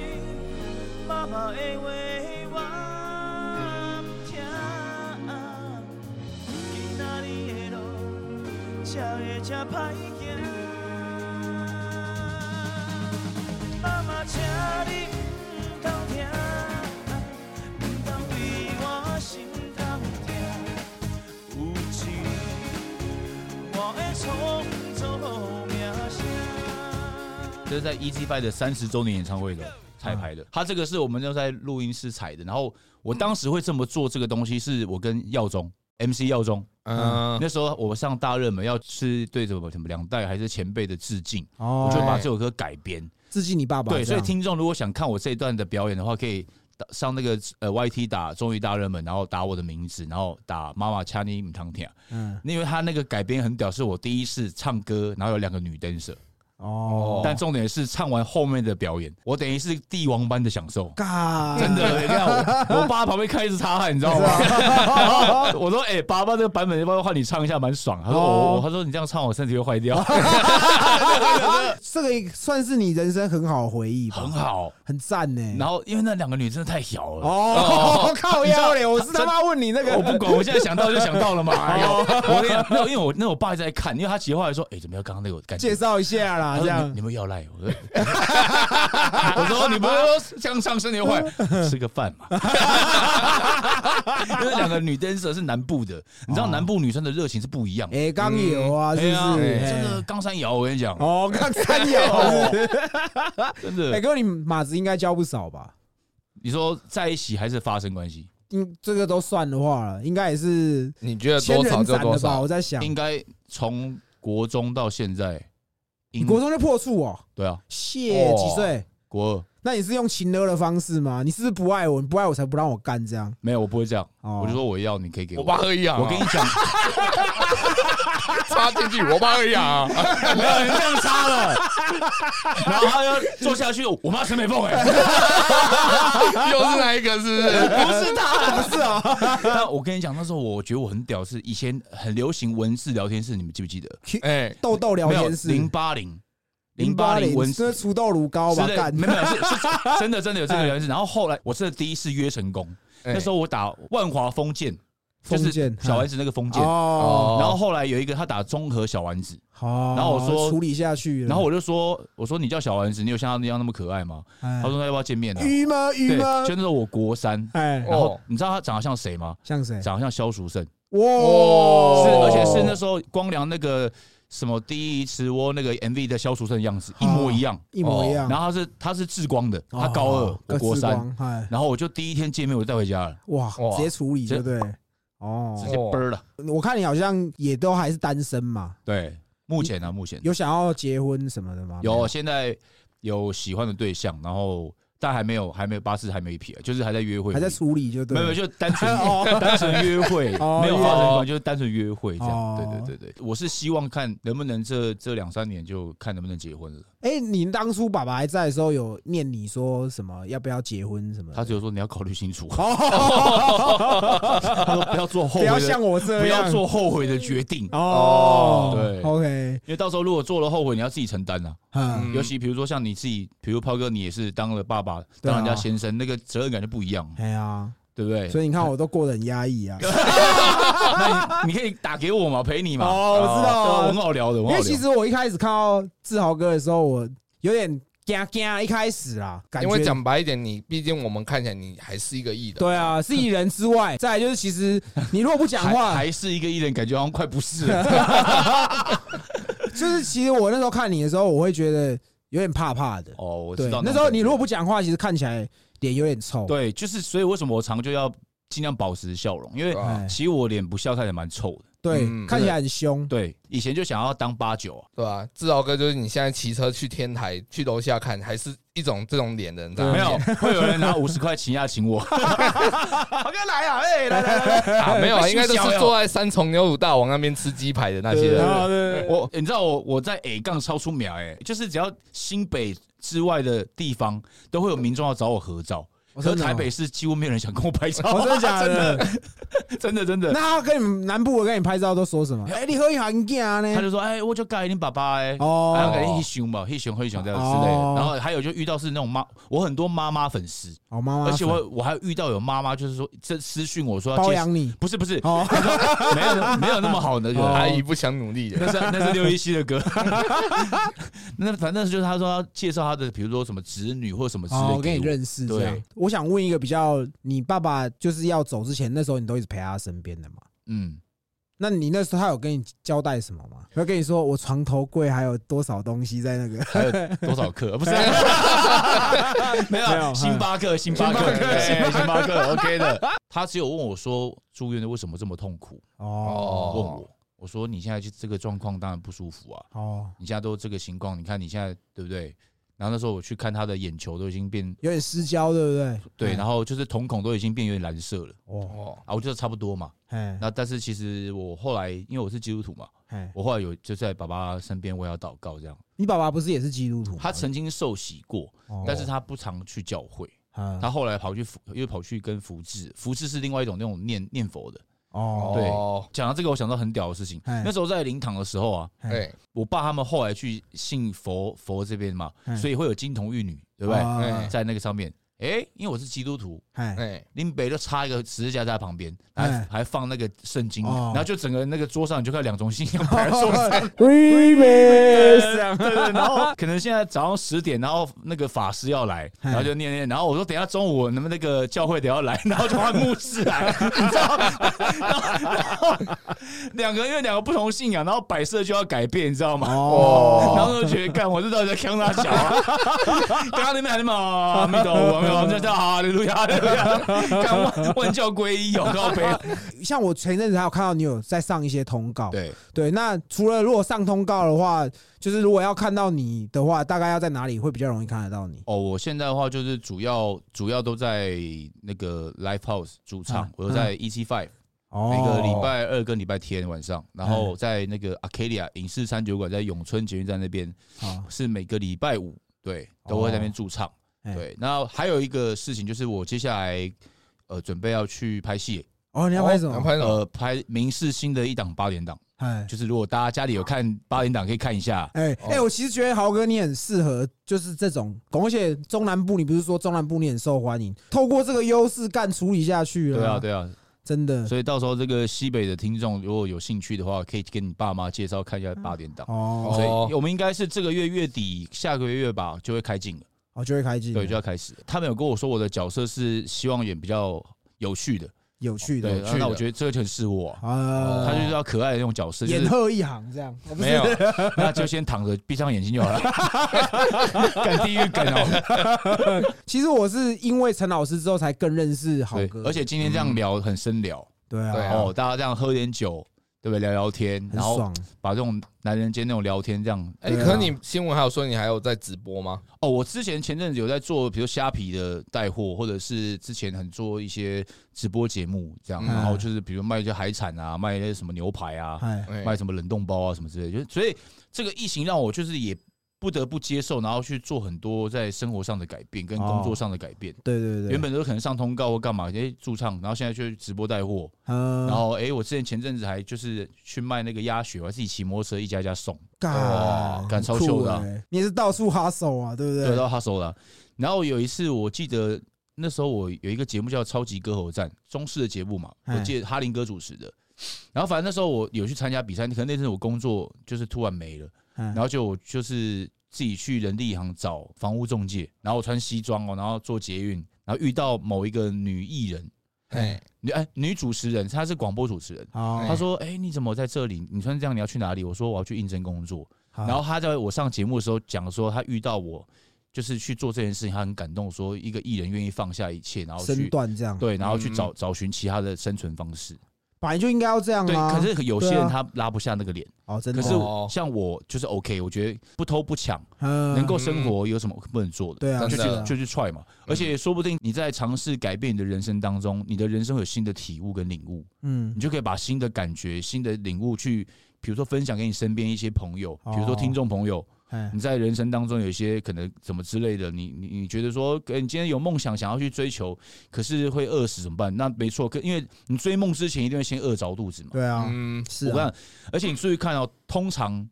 E: 妈妈的话，我不听。今仔日的路，才会这歹行。妈妈，请你不通听，不通对我心痛痛。有一日，我会错
A: 这是在 Easy Five 的三十周年演唱会的彩排
B: 嗯
A: 的。他这个是我们就在录音室采的，然后我当时会这么做这个东西，是我跟耀宗 MC 耀宗，
C: 嗯，
A: 那时候我上大热门要是对什么什么两代还是前辈的致敬，
B: 哦
A: 我就把这首歌改编。
B: 致敬你爸爸这
A: 对，
B: 样。
A: 所以听众如果想看我这一段的表演的话，可以打上那个呃 YT 打“终于大热门”，然后打我的名字，然后打“妈妈掐你母汤天
B: 嗯”，
A: 因为他那个改编很屌，是我第一次唱歌，然后有两个女 dancer，、
B: 哦，
A: 但重点是唱完后面的表演，我等于是帝王般的享受。
B: 嘎，
A: 真的，你看 我，我爸旁边开始擦汗，你知道吗？我说：“哎、爸爸，这个版本要不要换你唱一下，蛮爽。”他说：“我，
B: 哦
A: 我他说你这样唱，我身体会坏掉。
B: 这个算是你人生很好的回忆”吧，
A: 很，好。
B: 很赞呢。
A: 然后因为那两个女真的太小了，
B: 哦，靠腰嘞！我是他
A: 真
B: 妈问你那个，
A: 我不管，我现在想到就想到
B: 哦
A: 了嘛。哎呦，我跟你讲没有，因为我那我爸一直在看，因为他其实后来说，哎、怎么样？刚刚那个感觉
B: 介。绍一下啦，
A: 他
B: 这
A: 说
B: 样
A: 你你们要赖我， 我说你不要这样唱身体坏，吃个饭嘛。 因为两个女 dancer 是南部的，你知道南部女生的热情是不一样的。
B: 哎，刚有啊，是
A: 哎呀
B: 不是？
A: 真的
B: 哎
A: 冈山瑶，我跟你讲，
B: 哦，刚三有是不是，
A: 真的，
B: 哎哥，你马子应该交不少吧？
A: 你说在一起还是发生关系，
B: 应这个都算的话了，应该也是
C: 你觉得
B: 千
C: 多少
B: 人
C: 就
B: 斩
C: 多
B: 的吧？
C: 少
B: 我，在想，
A: 应该从国中到现在，
B: 你
A: 英
B: 国中就破处哦，
A: 对啊，
B: 谢
C: 哦
B: 几岁？
A: 国二
B: 那你是用情勒的方式吗？你是不是不爱我？你不爱我才不让我干这样？
A: 没有，我不会这样，
B: 哦
A: 我就说我要，你可以给
C: 我
A: 我。
C: 爸喝一样啊，
A: 我跟你讲，
C: 插进去，我爸喝一样啊，
A: 没有人这样插了， 然后他就坐下去，我妈陈美凤哎、
C: 又是那一个是不是？
A: 不是他，不是啊。 但我跟你讲，那时候我觉得我很屌，是以前很流行文字聊天室，你们记不记得？
C: 哎，
B: 豆豆聊
A: 没有
B: 天室，
A: 零八零零八零文
B: 真
A: 字
B: 的除豆乳膏吧？
A: 之类
B: 干，哎
A: 没有没有是是是 真的真的有这个聊天室。然后后来我是第一次约成功，
C: 哎
A: 那时候我打万华封建，就
B: 封
A: 是
B: 建
A: 小丸子那个封建。
B: 哦，
A: 然后后来有一个他打综合小丸子，
B: 好，
A: 然后我说
B: 处理下去了，
A: 然后我就说我说你叫小丸子，你有像他那样那么可爱吗？
B: 哎
A: 他说那要不要见面呢、啊
B: 鱼吗？
A: 对，
B: 鱼吗
A: 就？那时候我国三，
B: 哎，
A: 然后
C: 哦
A: 你知道他长得像谁吗？
B: 像谁？
A: 长得像哦萧淑慎，是
C: 哦
B: 哇，
A: 而且是那时候光良那个什么第一次窝那个 MV 的萧淑慎的样子一模一样。
B: 哦
A: 哦
B: 一模一样。
A: 然后他是他是志光的，他高二
B: 哦，
A: 我国，三，
B: 各自光哎，
A: 然后我就第一天见面我就带回家了，
B: 哇，
C: 哇
B: 直接处理，
A: 直
B: 对
A: 接
B: 不对？
A: 直
B: 哦，
A: 接啵儿了。
B: 我看你好像也都还是单身嘛，
A: 对，目前呢、啊目前
B: 有想要结婚什么的吗？
A: 有现在有喜欢的对象，然后但还没有还没有巴士还没撇，啊就是还在约会，
B: 还在处理就对
A: 没
B: 了，
A: 有，没有就单 纯
B: 哦
A: 单纯约会，
B: 哦
A: 没有发生
C: 约
A: 关
C: 会
A: 系，就是单纯约会这样。对
B: 哦
A: 对对对，我是希望看能不能这这两三年就看能不能结婚了。
B: 哎，你当初爸爸还在的时候，有念你说什么要不要结婚什么的？
A: 他只有说你要考虑清楚，
B: 哦，
A: 他说不要做后
B: 不
A: 悔
B: 要
A: 的，
B: 像我这
A: 不
B: 样，
A: 要做后悔的决定，因
B: 哦，
A: 对
B: ，OK，
A: 为到时候如果做了后悔，你要自己承担啊。
B: 嗯，
C: 嗯
A: 尤其比如说像你自己，比如炮哥，你也是当了爸爸，
B: 对啊
A: 当人家先生，那个责任感就不一样，
B: 哎呀，
A: 对不对？
B: 所以你看我都过得很压抑啊。
A: 那你你可以打给我嘛，陪你嘛。
B: 哦我知道啊
A: 对啊我很好聊的，我很
B: 因
A: 好
B: 为
A: 聊
B: 其实我一开始看到志豪哥的时候，我有点惊惊，一开始啦，感
C: 因
B: 觉
C: 为讲白一点，你毕竟我们看起来你还是一个艺人，
B: 对啊，是艺人之外，再来就是其实你如果不讲
A: 还
B: 话，
A: 还是一个艺人，感觉好像快不是了。
B: 就是其实我那时候看你的时候，我会觉得有点怕怕的。
A: 哦，我
B: 对
A: 知道，种感觉。
B: 那时候你如果不讲话，其实看起来脸有点臭。
A: 对，啊就是所以为什么我常就要尽量保持笑容，因为
C: 对吧
B: 哎，
A: 其实我脸不笑看起来蛮臭的。
B: 对，
C: 嗯
B: 看起来很凶。
A: 对，以前就想要当八九啊，
C: 对吧？志豪哥就是你现在骑车去天台去楼下看，还是一种这种脸的人在那
A: 没
C: 边，
A: 有会有人拿五十块请假请我， 好哥来啊，哎来来来，
C: 啊，没有啊，
A: 被
C: 应该都
A: 取消了
C: 是坐在三重牛乳大王那边吃鸡排的那些人。
B: 啊对
A: 我你知道我我在 A 杠超出秒哎，就是只要新北之外的地方都会有民众要找我合照。
B: 我
A: 可
B: 真
A: 是
B: 的哦
A: 台北市几乎没有人想跟我拍照，
B: 我真的假
A: 真
B: 的
A: 的？ 真的真的
B: 哦那。他跟你们南部的跟你拍照都说什么？哎，你喝一行
A: 他
B: 啊呢？
A: 就说：“哎、我就盖你爸爸哎、
B: 哦
A: 还有盖一熊吧，一熊和一熊这样之类的。
B: 哦
A: 然后还有就遇到是那种妈，我很多妈妈粉丝，
B: 哦，妈妈，
A: 而且我我还遇到有妈妈就是说这私讯我说要
B: 包
A: 介
B: 养你。
A: 不是不是，
B: 哦，
A: 没有 没有那么好的，就是
C: 阿
A: 阿
C: 姨
A: 姨。
C: 不想努力的，
A: 那是那是六一七的歌， 那反正就是他说要介绍他的，比如说什么子女或什么之类
B: 哦，
A: 给
B: 我跟你认识这
A: 对啊
B: 样。我想问一个比较，你爸爸就是要走之前，那时候你都一直陪他身边的嘛？
A: 嗯，
B: 那你那时候他有跟你交代什么吗？他跟你说我床头柜还有多少东西在那个？
A: 还有多少克？不是，没
B: 没有
A: 有啊星巴克， 星巴克，对星巴克，OK 的。他只有问我说，住院的为什么这么痛苦？
B: 哦
A: 问我，我说你现在就这个状况当然不舒服啊，
B: 哦，
A: 你现在都这个情况，你看你现在对不对？然后那时候我去看他的眼球都已经变
B: 有点失焦，对不对？哎
A: 对，然后就是瞳孔都已经变有点蓝色了
B: 哦，
C: 哦，
A: 啊，我觉得差不多嘛。
B: 哎
A: 那但是其实我后来因为我是基督徒嘛，
B: 哎，
A: 我后来有就在爸爸身边为他祷告这样。
B: 你爸爸不是也是基督徒吗？
A: 他曾经受洗过，
B: 哦，
A: 但是他不常去教会，
B: 嗯
A: 他后来跑去福又跑去跟福智，福智是另外一种那种念念佛的。
B: 哦，
A: 对
C: 哦，
A: 讲到这个，我想到很屌的事情。
B: 哎
A: 那时候在灵堂的时候啊，
B: 哎
C: 对，
A: 我爸他们后来去信佛佛这边嘛
B: 嗯，
A: 所以会有金童玉女，对不对？
B: 啊
A: 在那个上面，诶，因为我是基督徒，
B: 哎，
C: 哎，
A: 林北就插一个十字架在他旁边，还
B: 哎
A: 还放那个圣经，
B: 哦
A: 然后就整个那个桌上你就看到两种信仰 摆在桌上。对对对，然后可能现在早上十点，然后那个法师要来，
B: 嗯
A: 然后就念念，然后我说等一下中午能不能那个教会得要来，然后就换牧师来，你知道吗？然后然后两个因为两个不同信仰，然后摆设就要改变，你知道吗？
B: 哦，
A: 然后就觉得，干我这到底在坑他小啊！刚刚那边还在骂阿弥陀佛，没有，这叫哈利路亚，哈利路亚，干万万教归一，有告别。
B: 像我前阵子还有看到你有在上一些通告，
A: 对，
B: 对，那除了如果上通告的话，就是如果要看到你的话，大概要在哪里会比较容易看得到你？
A: 哦，我现在的话就是主要主要都在那个 Live House 主
B: 啊
A: 场，我有在 EC Five。
B: 哦
A: 每个礼拜二跟礼拜天晚上，然后在那个 Arcadia 影视餐酒馆，在永春捷运站那边，
B: 好
A: 是每个礼拜五对都会在那边驻唱。
B: 哎
A: 对，那还有一个事情就是，我接下来呃准备要去拍戏，
B: 哦，你要拍什
C: 哦要
B: 么？
C: 拍什么？
A: 呃，拍明世新的一档八点档，
B: 哎
A: 就是如果大家家里有看八点档，可以看一下。
B: 哎哎，我其实觉得豪哥你很适合就是这种，而且中南部你不是说中南部你很受欢迎，透过这个优势干处理下去了，
A: 对啊，，对啊，
B: 真的
A: 所以到时候这个西北的听众如果有兴趣的话，可以跟你爸妈介绍看一下八点档。
B: 哦，
A: 所
C: 哦
A: 以我们应该是这个月月底、下个月吧就会开镜了。
B: 我哦就会开机，
A: 对，就要开始。他们有跟我说我的角色是希望演比较有趣的，
B: 有趣
A: 对，
B: 的
A: 那那我觉得这个就很是我啊、
B: 啊，
A: 他就是要可爱的那种角色，就
B: 演
A: 是
B: 鹤一行这样，哦不是
A: 没有，那就先躺着闭上眼睛就好了。敢地狱梗哦，
B: 其实我是因为陈老师之后才更认识豪
A: 对
B: 哥，，嗯
A: 而且今天这样聊很深聊
B: 对
C: 对
B: 啊，
C: 啊
A: 哦，大家这样喝点酒，对不对？聊聊天，
B: 很
A: 然后
B: 爽，
A: 把这种男人间那种聊天这样。
C: 哎，
B: 对啊
C: 可是你新闻还有说你还有在直播吗？
A: 哦，我之前前阵子有在做，比如虾皮的带货，或者是之前很做一些直播节目这样，
C: 嗯
A: 然后就是比如卖一些海产啊，卖一些什么牛排啊，
B: 哎，
C: 哎
A: 卖什么冷冻包啊什么之类的，就是所以这个疫情让我就是也不得不接受，然后去做很多在生活上的改变跟工作上的改变。
B: 对哦对对，
A: 原本都可能上通告或干嘛，哎、驻唱，然后现在去直播带货，
B: 嗯，
A: 然后哎、我之前前阵子还就是去卖那个鸭血，我还自己骑摩托车一家一家送，
B: 干
A: 哇干超
B: 很酷
A: 秀的啊
B: 欸你也是到处哈手啊，对不对？
A: 得到他手了。然后有一次我记得那时候我有一个节目叫《超级歌喉战》，中式的节目嘛，
B: 哎
A: 我记得哈林哥主持的。然后反正那时候我有去参加比赛，可能那阵子我工作就是突然没了。
B: 嗯，
A: 然后就我就是自己去人力银行找房屋中介，然后我穿西装哦，然后做捷运，然后遇到某一个女艺人，
C: 哎，
A: 女哎女主持人，她是广播主持人。
B: 好，
A: 她说：“哎、你怎么在这里？你穿这样你要去哪里？”我说：“我要去应征工作。”
B: 好
A: 然后她在我上节目的时候讲说，她遇到我就是去做这件事情，她很感动，说一个艺人愿意放下一切，然后
B: 身
A: 去
B: 段这样，，
A: 对，然后去
C: 嗯
A: 找找寻其他的生存方式。
B: 本来就应该要这样
A: 对，
B: 啊。
A: 可是有些
B: 对
A: 人
B: 啊
A: 他拉不下那个脸，
B: 哦，真的
A: 可
B: 哦，
A: 是
C: 哦
A: 像我就是 OK，我觉得不偷不抢。
B: 嗯
A: 能够生活有什么不能做的？
B: 对啊，嗯
A: 就
C: 真
A: 去
C: 的
A: 就去 try 嘛。而且说不定你在尝试改变你的人生当中，你的人生有新的体悟跟领悟，
B: 嗯
A: 你，就可以把新的感觉、新的领悟去，比如说分享给你身边一些朋友，
B: 哦
A: 比如说听众朋友，
B: 哎
A: 你在人生当中有一些可能怎么之类的，你你你觉得说，呃你今天有梦想想要去追求，可是会饿死怎么办？那没错，可因为你追梦之前一定会先饿着肚子嘛。
B: 对啊，
C: 嗯，
B: 是
A: 我
B: 啊，
A: 看，而且你注意看哦，通常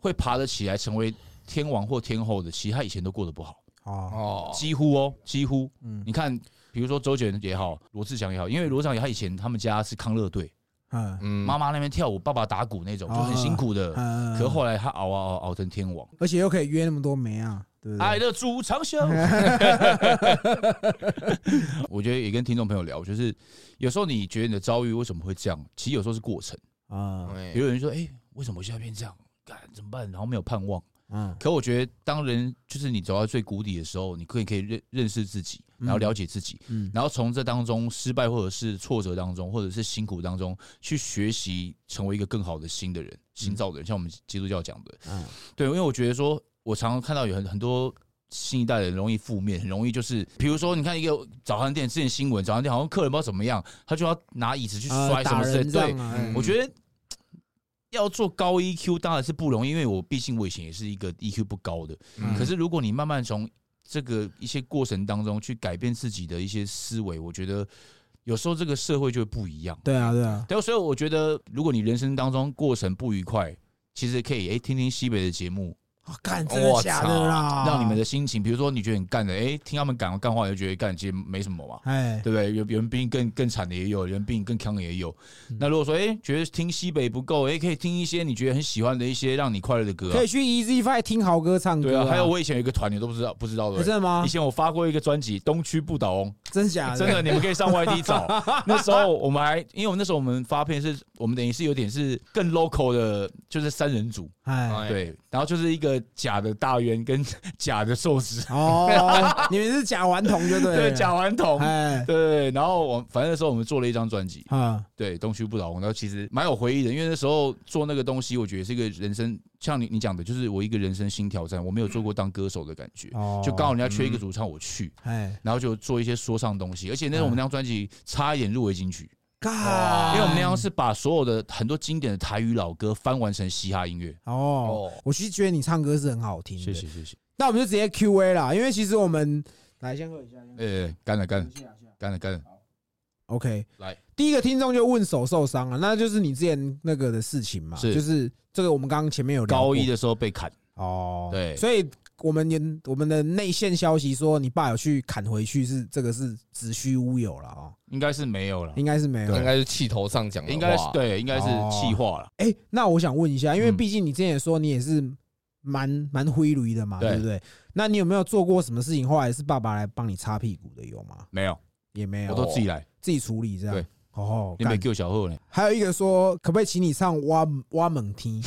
A: 会爬得起来成为天王或天后的，其实他以前都过得不好，
B: 哦，
C: 哦，
A: 几乎哦，几乎。
B: 嗯
A: 你看，比如说周杰伦也好，罗志祥也好，因为罗志祥他以前他们家是康乐队，
B: 嗯
C: 嗯
A: 妈妈那边跳舞，爸爸打鼓那种，就
B: 啊
A: 很辛苦的。
B: 嗯，
A: 可后来他熬啊熬，熬成天王。
B: 而且又可以约那么多梅啊，对不
A: 爱
B: 对？
A: 的主场 秀，我觉得也跟听众朋友聊，就是有时候你觉得你的遭遇为什么会这样，其实有时候是过程。
B: 啊，
C: 哎
A: 有人说，哎、为什么我现在变这样？干怎么办？然后没有盼望。
B: 嗯
A: 可我觉得，当人就是你走到最谷底的时候，你可以可以认认识自己，然后了解自己，
B: 嗯
A: 然后从这当中失败或者是挫折当中，或者是辛苦当中，去学习成为一个更好的新的人、新造的人。像我们基督教讲的，
B: 嗯
A: 对，因为我觉得说，我常常看到有很很多新一代的人容易负面，很容易就是，比如说你看一个早餐店之前新闻，早餐店好像客人不知道怎么样，他就要拿椅子去摔
B: 啊，
A: 什么
B: 打
A: 之类
B: 人
A: 的，
B: 这
A: 对
B: 样，啊，
C: 嗯
A: 我觉得要做高 EQ 当然是不容易，因为我毕竟我以前也是一个 EQ 不高的。
C: 嗯
A: 可是如果你慢慢从这个一些过程当中去改变自己的一些思维，我觉得有时候这个社会就会不一样。
B: 对啊，对啊，
A: 对，所以我觉得如果你人生当中过程不愉快，其实可以诶、听听西北的节目，
B: 啊，干真的
C: 我
B: 假
C: 操
B: 的啦？
A: 哦让你们的心情，比如说你觉得很干的，诶、听他们讲干话，你就觉得干其实没什么嘛。
B: 哎，
A: 对不对？有有人比你更更惨的也有，有人比你更强的也有。
B: 嗯
A: 那如果说哎、诶觉得听西北不够，哎、可以听一些你觉得很喜欢的一些让你快乐的歌、啊
B: 可以。去 Easy Five 听豪哥唱歌。
A: 对啊，还有我以前有一个团，你都不知道不知道的
B: 哎。真的吗
A: 以？前我发过一个专辑《东区不倒翁
B: 真假》，
A: 真的，你们可以上 YT 找。那时候我们还，因为我们那时候我们发片是，我们等于是有点是更 local 的，就是三人组，
B: 哎，
C: 哎
A: 对，然后就是一个假的大圆跟 假的寿司，
B: 哦，你们是假顽童就对 了。
A: 对，假顽童，
B: 哎，
A: 对，然后我反正那时候我们做了一张专辑，
B: 啊，
A: 对，东区不倒翁，然后其实蛮有回忆的，因为那时候做那个东西，我觉得是一个人生，像你你讲的，就是我一个人生新挑战，我没有做过当歌手的感觉，
B: 哦，
A: 就刚哦好人家缺一个主唱，我去，
B: 哎，
A: 然后就做一些说唱东西，而且
B: 嗯
A: 那时候我们那张专辑差一点入围金曲，
B: 干，
A: 因为我们那张是把所有的很多经典的台语老歌翻完成嘻哈音乐，
B: 哦
C: 哦，
B: 我其实觉得你唱歌是很好听的。
A: 谢谢。谢谢，
B: 那我们就直接 Q A 啦，因为其实我们来先喝一下，先喝一下
A: 呃，干了干了
B: 谢谢啊谢谢啊
A: 干了干了，
B: OK，
C: 来，
B: 第一个听众就问手受伤了，那就是你之前那个的事情嘛，
A: 是
B: 就是这个我们刚刚前面有聊
A: 高
B: 过
A: 一的时候被砍，
B: 哦，
A: 对
B: 所以我们也我们的内线消息说你爸有去砍回去是，这个是子虚乌有了哦，
A: 应该是没有了，
B: 应该是没有。
C: 应该是气头上讲的话，
A: 应该是对，应该是
B: 哦
A: 气化了，
B: 哎、那我想问一下，因为
A: 嗯
B: 毕竟你之前也说你也是蛮蛮灰驴的嘛，
A: 对
B: 对不对？那你有没有做过什么事情，后来是爸爸来帮你擦屁股的有吗？
A: 没有，
B: 也没有，
A: 我都自己来，
B: 自己处理这样。
A: 对，
B: 哦，
A: 你没
B: 干
A: 救小贺呢。
B: 还有一个说，可不可以请你唱挖挖猛 听？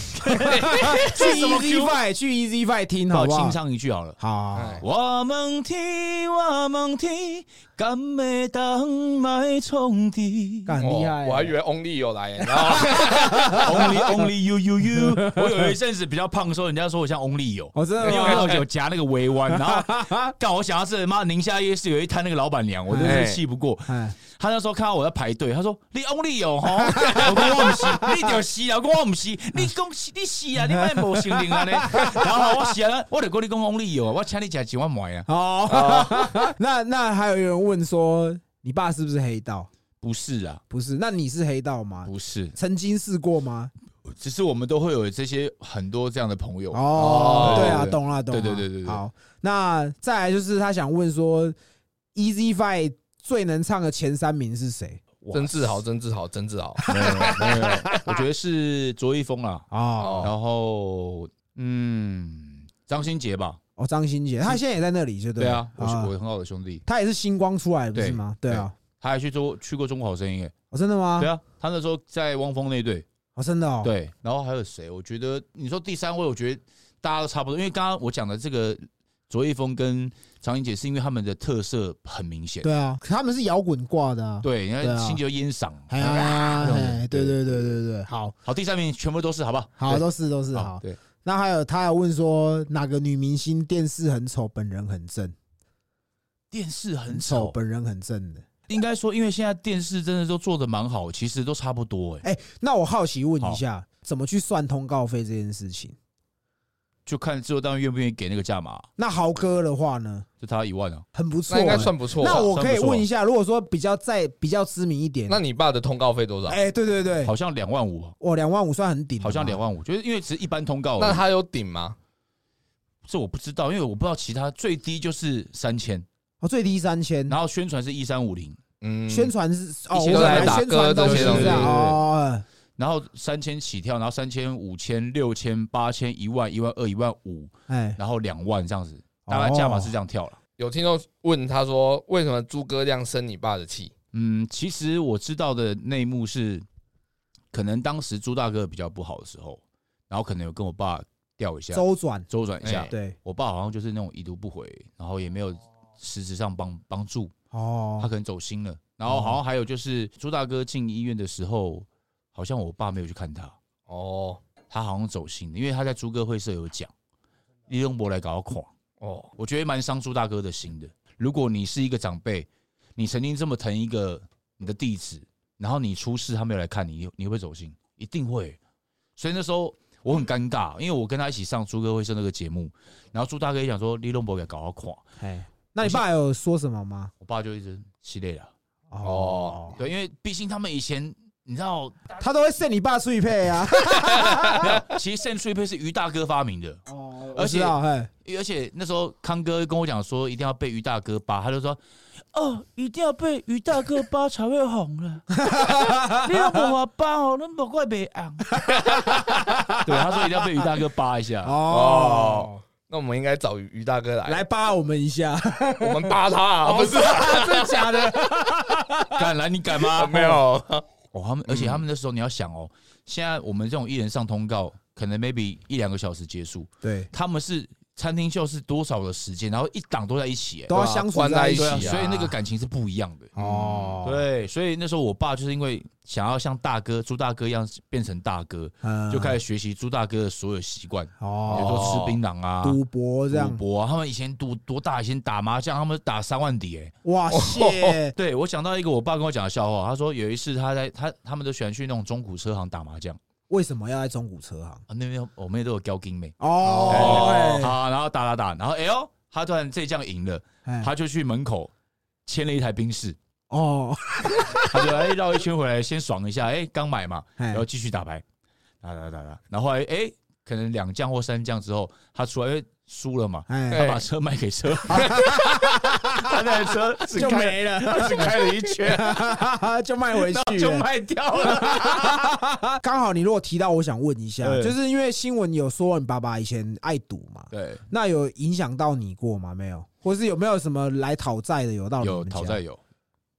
B: 去
A: 什么
B: Easy
A: Q？
B: Five 去 Easy Five 听
A: 那
B: 好
A: 我
B: 不好
A: 清？唱一句好了。
B: 好好，好
C: 哎
A: 我问天，我问天，敢会当卖创 治
B: 干很厉害欸、
C: 哦我还以为 Only 有来，然 后
A: ？Only Only you you you。我 有一阵子比较胖的时候，人家说我像 Only 有，
B: 哦，真
A: 因
B: 的
A: 为
B: 吗？
A: 我有夹那个围弯，然后干我想要是妈宁夏夜市有一摊那个老板娘，我真是气不过。
B: 哎，
A: 他那时候看到我在排队，他说：“你 Only 有 吼，我说我唔是，你就是啦，我说我唔是，你讲是你是 啊，你卖无心灵啊呢。”然后我是啊，我就跟你讲 Only 有，我请你吃一碗糜啊。
B: 好，
A: 哦
B: 那那还有人问说，你爸是不是黑道？
A: 不是啊，
B: 不是，那你是黑道吗？
A: 不是，
B: 曾经试过吗？
A: 只是我们都会有这些很多这样的朋友。
B: 哦，
A: 对
B: 对啊，
A: 对
B: 懂了，懂了。
A: 对对对对对
B: 好，那再来就是他想问说，Easy Five 最能唱的前三名是谁？
A: 哇啊
C: 曾志豪，曾志豪，曾志豪，
A: 没有没有，我觉得是卓一峰啦，
B: 哦
C: 哦
A: 然后嗯，张新杰吧，
B: 哦，张新杰，他现在也在那里，就
A: 对
B: 了
A: 啊，我是
B: 啊
A: 我很好的兄弟，
B: 他也是星光出来的，不是
A: 对
B: 吗？对啊，
A: 他还去做去过中国好声音，哎，
B: 哦，真的吗？
A: 对啊，他那时候在汪峰那队，
B: 哦，真的哦。，
A: 对，然后还有谁？我觉得你说第三位，我觉得大家都差不多，因为刚刚我讲的这个卓一峰跟张新杰，是因为他们的特色很明显，
B: 对啊，他们是摇滚挂的啊。
A: 对，你
B: 对
A: 看
B: 啊
A: 新杰烟嗓，
B: 哎呀，
A: 那种
B: 哎对对对对对，好
A: 好，第三名全部都是，好不好？
B: 好
A: 对
B: 都是都是好。
A: 对，啊
B: 那还有他还问说哪个女明星电视很丑，本人很正，
A: 电视很
B: 丑
A: 丑，
B: 本人很正的。
A: 应该说，因为现在电视真的都做的蛮好，其实都差不多哎、
B: 哎，那我好奇问一下，怎么去算通告费这件事情？
A: 就看制作单位愿不愿意给那个价码，
B: 那豪哥的话呢，
A: 就他一万啊，
B: 很不错
C: 那
B: 欸，
C: 应该算不错吧。
B: 那我
A: 算
B: 可以
A: 不错
B: 问一下，如果说比较在比较知名一点，
C: 那你爸的通告费多少？
B: 哎，嗯对对对，
A: 好像两万五，啊
B: 我两万五算很顶的嘛，
A: 好像两万五，就是因为只是一般通告而已，
C: 那他有顶吗？
A: 这我不知道，因为我不知道其他最低就是三千，
B: 哦，最低三千，
A: 然后宣传是一三五零，
C: 嗯，
B: 宣传是哦，
A: 一
B: 我
A: 些
B: 本
A: 都
B: 来
A: 在打
B: 宣
C: 歌
B: 传
C: 这
B: 东西
A: 些
B: 是
A: 东西
B: 这样
A: 对对对
B: 哦，
A: 然后三千起跳，然后三千、五千、六千、八千、一万、一万二、一万五，
B: 哎，
A: 然后两万这样子，
B: 哦
A: 大概价码是这样跳了。
C: 有听众问他说，为什么诸葛亮生你爸的气？
A: 嗯，其实我知道的内幕是，可能当时朱大哥比较不好的时候，然后可能有跟我爸调一下，
B: 周转，
A: 周转一下
C: 哎。
B: 对，
A: 我爸好像就是那种已读不回，然后也没有实质上帮帮助，他
B: 哦，
A: 可能走心了。然后好像还有就是朱大哥进医院的时候，好像我爸没有去看他，
C: 哦
A: 他好像走心了，因为他在朱哥会社有讲，李永博来搞我垮，
C: 哦，
A: 我觉得蛮伤朱大哥的心的。如果你是一个长辈，你曾经这么疼一个你的弟子，然后你出事他没有来看你，你会不会走心？一定会。所以那时候我很尴尬，因为我跟他一起上朱哥会社那个节目，然后朱大哥也讲说李永博给搞到垮，
B: 哎，那你爸有说什么吗？
A: 我爸就一直系列了。
C: 哦，
A: 对，因为毕竟他们以前你知道，
B: 他都会剩你爸碎配啊。
A: 其实 Century Pay 是于大哥发明的，
B: 哦，
A: 而且
B: 哎，
A: 而且那时候康哥跟我讲说一定要被于大哥扒，他就说哦，一定要被于大哥扒才会红了，你要不我扒哦，那不怪别昂。 对，他说一定要被于大哥扒一下。
B: 哦，
C: 哦，那我们应该找于大哥来，
B: 来扒我们一下，
C: 我们扒他
A: 哦
C: 啊，不是
B: 真的假 的？
A: 敢来你敢吗？
C: 啊
B: 嗯
C: 没有，
A: 哦，他们而且他们那时候你要想哦，现在我们这种艺人上通告，可能 maybe 一两个小时结束，
B: 对，
A: 他们是餐厅秀是多少的时间，然后一档都在一起、哎
B: 都要相处
C: 关在
B: 一
C: 一
B: 起
C: 起
A: 对啊，
C: 啊
A: 所以那个感情是不一样的。
B: 哦，，
A: 对，所以那时候我爸就是因为想要像大哥朱大哥一样变成大哥，就开
B: 始
A: 始学习朱大哥的所有习惯，比如
B: 嗯哦，
A: 说吃槟榔啊、
B: 赌博这
A: 赌
B: 样，
A: 博啊。他们以前赌多大？以前打麻将，他们打三万底哎、
B: 哇塞，
A: 对我想到一个我爸跟我讲的笑话，他说有一次他在他他们都喜欢去那种中古车行打麻将
B: 为什么要在中古车行？
A: 啊，那边我们也都有交金妹
B: 哦，哎
A: 好，然后打打打，然后哎呦，他突然这将赢了，
B: 哎
A: 他就去门口签了一台宾士，
B: 哦，
A: 他就哎绕一圈回来先爽一下，哎刚买嘛，
B: 哎
A: 然后继续打牌，打打打打，然后后来哎、可能两将或三将之后，他出来因为输了嘛，
B: 哎，
A: 他把车卖给 车，他那台车只
B: 就
A: 开
B: 没了，
A: 了，只开了一圈
B: 就卖回去
A: 就
B: 了。
A: 卖掉了。
B: 刚好你如果提到，我想问一下，
A: 对
B: 就是因为新闻有说你爸爸以前爱赌嘛，
A: 对，
B: 那有影响到你过吗？没有，或是有没有什么来讨债的有到你
A: 有
B: 们家
A: 讨债，有，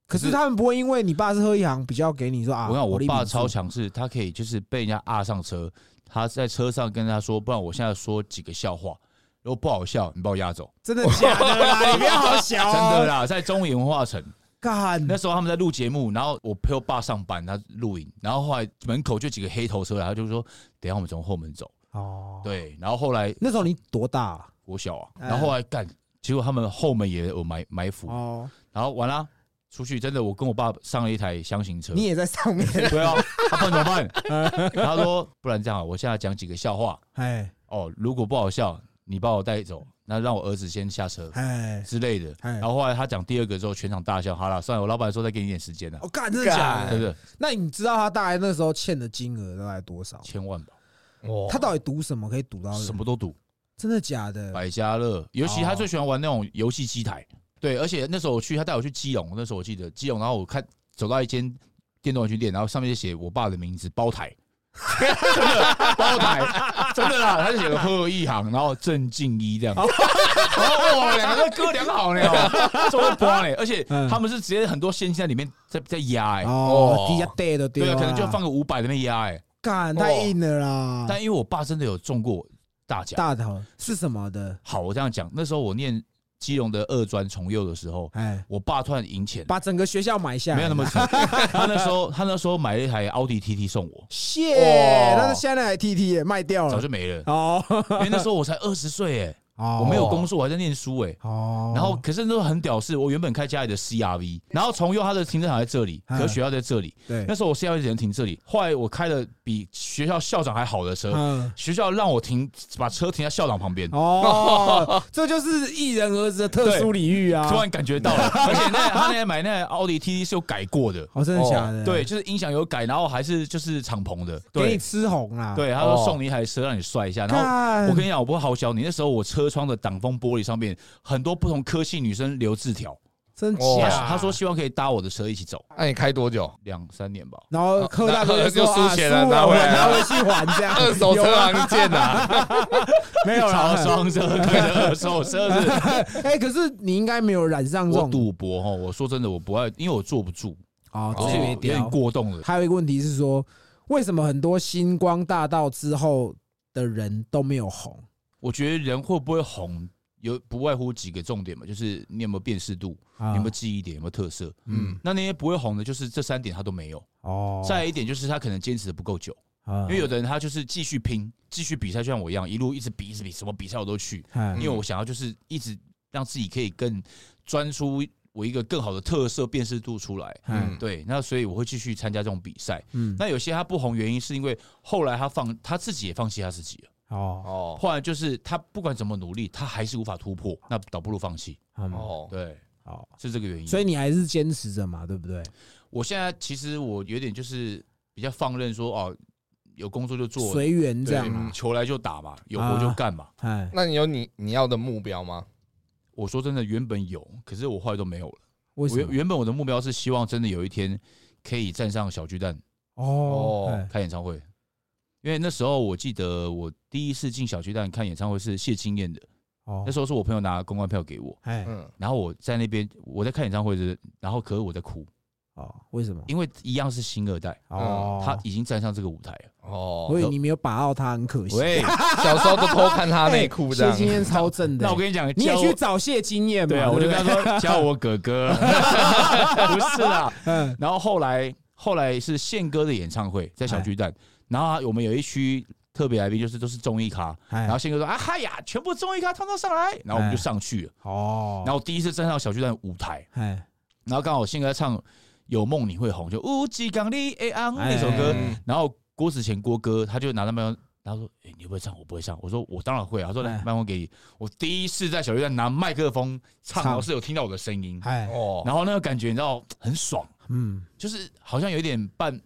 B: 可是他们不会因为你爸是喝一行比较给你说啊，
A: 我看我
B: 利
A: 爸
B: 民助
A: 超强势，他可以就是被人家压上车，他在车上跟他说，不然我现在说几个笑话。如果不好笑，你把我压走，
B: 真的假的啦？啊你不要好哦小、
A: 真的，啦，在中影文化城，
B: 干
A: 那时候他们在录节目，然后我陪我爸上班，他录影，然后后来门口就几个黑头车来，他就说等一下我们从后门走，
B: 哦。
A: 对，然后后来
B: 那时候你多大、啊？
A: 国小啊，
B: 嗯
A: 然后后来干，结果他们后门也有埋埋伏，
B: 哦，
A: 然后完了出去，真的我跟我爸上了一台箱型车，
B: 你也在上面。
A: 对 啊，他不然怎么办？他说不然这样啊，我现在讲几个笑话
B: 哎
A: 哦，如果不好笑，你把我带走，那让我儿子先下车
B: 哎，
A: 之类的，
B: 哎
A: 然后后来他讲第二个之后，全场大笑，好了，算了，我老板说再给你一点时间了、
B: 我、干，哦真的假
A: 对
B: 的？
A: 不对？
B: 那你知道他大概那时候欠的金额大概多少？
A: 千万吧。
C: 哦
B: 他到底赌什么可以赌到人
A: 什么？哎都赌，
B: 真的假的？
A: 百家乐，尤其
B: 哦
A: 他最喜欢玩那种游戏机台。对，而且那时候我去，他带我去基隆，那时候我记得基隆，然后我看走到一间电动玩具店，然后上面就写我爸的名字，包台， 真的包台，真的啦，他就写了贺一航，然后郑敬一这样。哦，两个都哥俩好呢，哦这么棒呢，而且
B: 嗯
A: 他们是直接很多现金在里面在在压哎，
B: 哦
C: 哦，
B: 低下带的
A: 对
B: 啊，
A: 啊，可能就放个五百在那边压哎，
B: 干太硬了啦。
A: 但因为我爸真的有中过大奖，
B: 啊大头是什么的？
A: 好，我这样讲，那时候我念基隆的二专重幼的时候，
B: 哎，
A: 我爸突然赢钱，
B: 把整个学校买下来，
A: 没有那么惨。 他那时候他那时候买了一台奥迪 TT 送我，
B: 谢
C: 哇，
B: 但是现在那台 TT 也卖掉
A: 哦早
B: 了
A: 就。没了，
B: 哦，
A: 因为那时候我才二十岁哎，
B: 我
A: 我没有工作，我还在念书哎、
B: 哦，
A: 然后可是那时候很屌事，我原本开家里的 CRV，然后重幼他的停车场在这里，
B: 嗯
A: 可是学校在这里，
B: 对
A: 那，时候我 CRV 只能停这里，后来我开了比学校校长还好的车。
B: 嗯，
A: 学校让我停，把车停在校长旁边，
B: 哦，这就是艺人儿子的特殊礼遇啊！
A: 突然感觉到 了。而且那他那台买那台奥迪 TT 是有改过的，
B: 哦，真的假的？
A: 对，，就是音响有改，然后还是就是敞篷的，
B: 给你
A: 对
B: 吃红啦。，
A: 对，他说
C: 哦
A: 送你一台车让你帅一
B: 哦
A: 下，然后。
B: 看
A: 我跟你讲，我不会好小你。那时候我车窗的挡风玻璃上面很多不同科系女生留字条，
B: 真
A: 他
B: 假
C: 哇？
A: 他说希望可以搭我的车一起走，
C: 那你开多久？
A: 两三年吧。
B: 然后柯大哥
C: 就
B: 说
C: 输
B: 啊，
C: 钱了
B: 输
C: 拿回来
B: 我拿回去还这样。
C: 二手
B: 有
C: 车
B: 啊
C: 行见呐，
B: 没有
A: 超
B: 啦。
A: 双车开的二手车 是，
B: 哎，可是你应该没有染上这
A: 我
B: 种
A: 赌博哦。我说真的，我不爱，因为我坐不住，
B: 哦，
A: 就是有
B: 没
A: 点过动了。
B: 还有一个问题是说，为什么很多星光大道之后的人都没有红？
A: 我觉得人会不会红，有不外乎几个重点嘛，就是你有没有辨识度，
B: 啊
A: 你有没有记忆点，有没有特色。
C: 嗯，
A: 那那些不会红的，就是这三点他都没有。
B: 哦，啊
A: 再来一点就是他可能坚持的不够久，
B: 因
A: 因为有的人他就是继续拼，继续比赛，就像我一样，一路一直比，一直比，什么比赛我都去，因
B: 嗯
A: 为我想要就是一直让自己可以更钻出我一个更好的特色辨识度出来。
B: 嗯
C: 嗯
A: 对，那所以我会继续参加这种比赛。
B: 嗯
A: 那有些他不红，原因是因为后来他放他自己也放弃他自己了。
B: 哦
C: 哦
A: 后来就是他不管怎么努力，他还是无法突破，那倒不如放弃。
B: 哦
C: 哦，
A: 对，
B: 哦，
A: 是这个原因。
B: 所以你还是坚持着嘛，对不对？
A: 我现在其实我有点就是比较放任说，哦，有工作就做，
B: 随缘
A: 对
B: 这样啊
A: 嗯
B: 嘛，
A: 球来就打嘛，有活就干嘛。
B: 哎，
C: 那你有你你要的目标吗？
A: 我说真的，原本有，可是我后来都没有了。我
B: 为什
A: 原
B: 么？
A: 原本我的目标是希望真的有一天可以站上小巨蛋
B: 哦
C: 哦，
B: 哎
A: 开演唱会，因为那时候我记得我第一次进小巨蛋看演唱会是谢金燕的，
B: 哦
A: 那，时候是我朋友拿公关票给我，
B: 哎，
C: 嗯，
A: 然后我在那边我在看演唱会的，然后可是我在哭，
B: 哦，为什么？
A: 因为一样是星二代，
B: 哦，
A: 他已经站上这个舞台了。
C: 哦
B: 所，以你没有把到他，很可惜。
A: 喂，
C: 小时候都偷看他内
B: 哎
C: 裤这
B: 谢金
C: 样，
B: 燕超正的，
A: 那我跟你讲，
B: 你也
A: 叫我
B: 去找谢金燕嘛？
A: 对啊，我就
B: 不
A: 跟他说叫我哥哥， 不是啊啦。
B: 嗯，
A: 然后后来后来是宪哥的演唱会，在小巨蛋，然后我们有一区特别来宾，就是都是综艺咖，
B: 然
A: 然后宪哥说啊嗨呀，全部综艺咖通通上来，然后我们就上去了，
B: 哦，
A: 然后第一次站上小巨蛋舞台，
B: 哎，
A: 然后刚好宪哥在唱《有梦你会红》，就乌鸡港里哎昂
B: 哎
A: 那首歌，
C: 嗯
A: 然后郭子乾郭哥他就拿着麦克风。他说：“哎、你会不会唱？我不会唱。”我说：“我当然会啊。”他说：“来，
B: 哎
A: 麦克风给你。”我第一次在小巨蛋拿麦克风唱，
B: 唱
A: 然后是有听到我的声音，
B: 哎，
C: 哦，
A: 然后那个感觉你知道很爽，
B: 嗯，
A: 就是好像有点半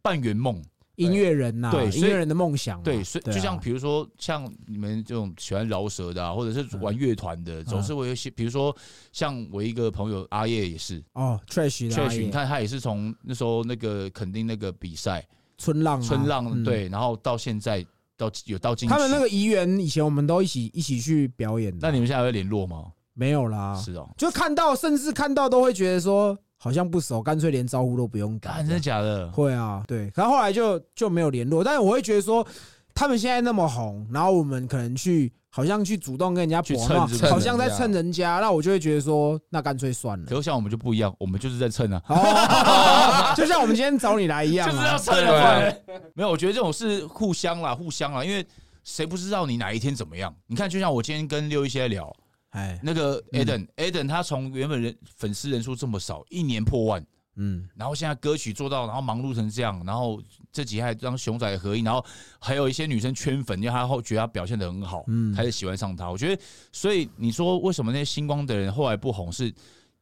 A: 半圆梦。
B: 音乐人呐，
A: 对所
B: 音
A: 以
B: 乐人的梦想嘛，
A: 对，所以
B: 嗯啊
A: 就像比如说像你们这种喜欢饶舌的、啊，或者是
B: 嗯
A: 玩乐团的，总是会有一些，比如说像我一个朋友阿叶也是，
B: 哦，trash 的
A: 确
B: 阿
A: 实
B: 姨
A: 你看他也是从那时候那个肯定那个比赛
B: 春浪啊，
A: 春浪
B: 嗯。
A: 对，然后到现在到有到今
B: 他们那个怡园以前我们都一起一起去表演的，
A: 那你们现在还会联络吗？
B: 没有啦，
A: 是哦，
B: 就看到甚至看到都会觉得说好像不熟，干脆连招呼都不用
A: 干
B: 打。
A: 真的假的？
B: 会啊，对，然后后来就就没有联络，但是我会觉得说他们现在那么红，然后我们可能去好像去主动跟人家
A: 去
B: 搏
A: 蹭
B: 嘛
A: 是不
C: 是
B: 好像在蹭人家，那我就会觉得说那干脆算了
A: 可。是像我们就不一样，我们就是在蹭啊，
B: 哦， 就像我们今天找你来一样
A: 就是要
B: 啊，
A: 蹭
C: 对啊
A: 啊。不然没有，我觉得这种是互相啦，互相啦，因为谁不知道你哪一天怎么样？你看，就像我今天跟六一些聊
B: 哎，
A: 那个 Eden，Eden、Eden 他从原本人粉丝人数这么少，一年破万。
B: 嗯，
A: 然后现在歌曲做到，然后忙碌成这样，然后这几天还当熊仔合影，然后还有一些女生圈粉，因为他后觉得他表现的很好，
B: 嗯
A: 开始喜欢上他。我觉得，所以你说为什么那些星光的人后来不红，是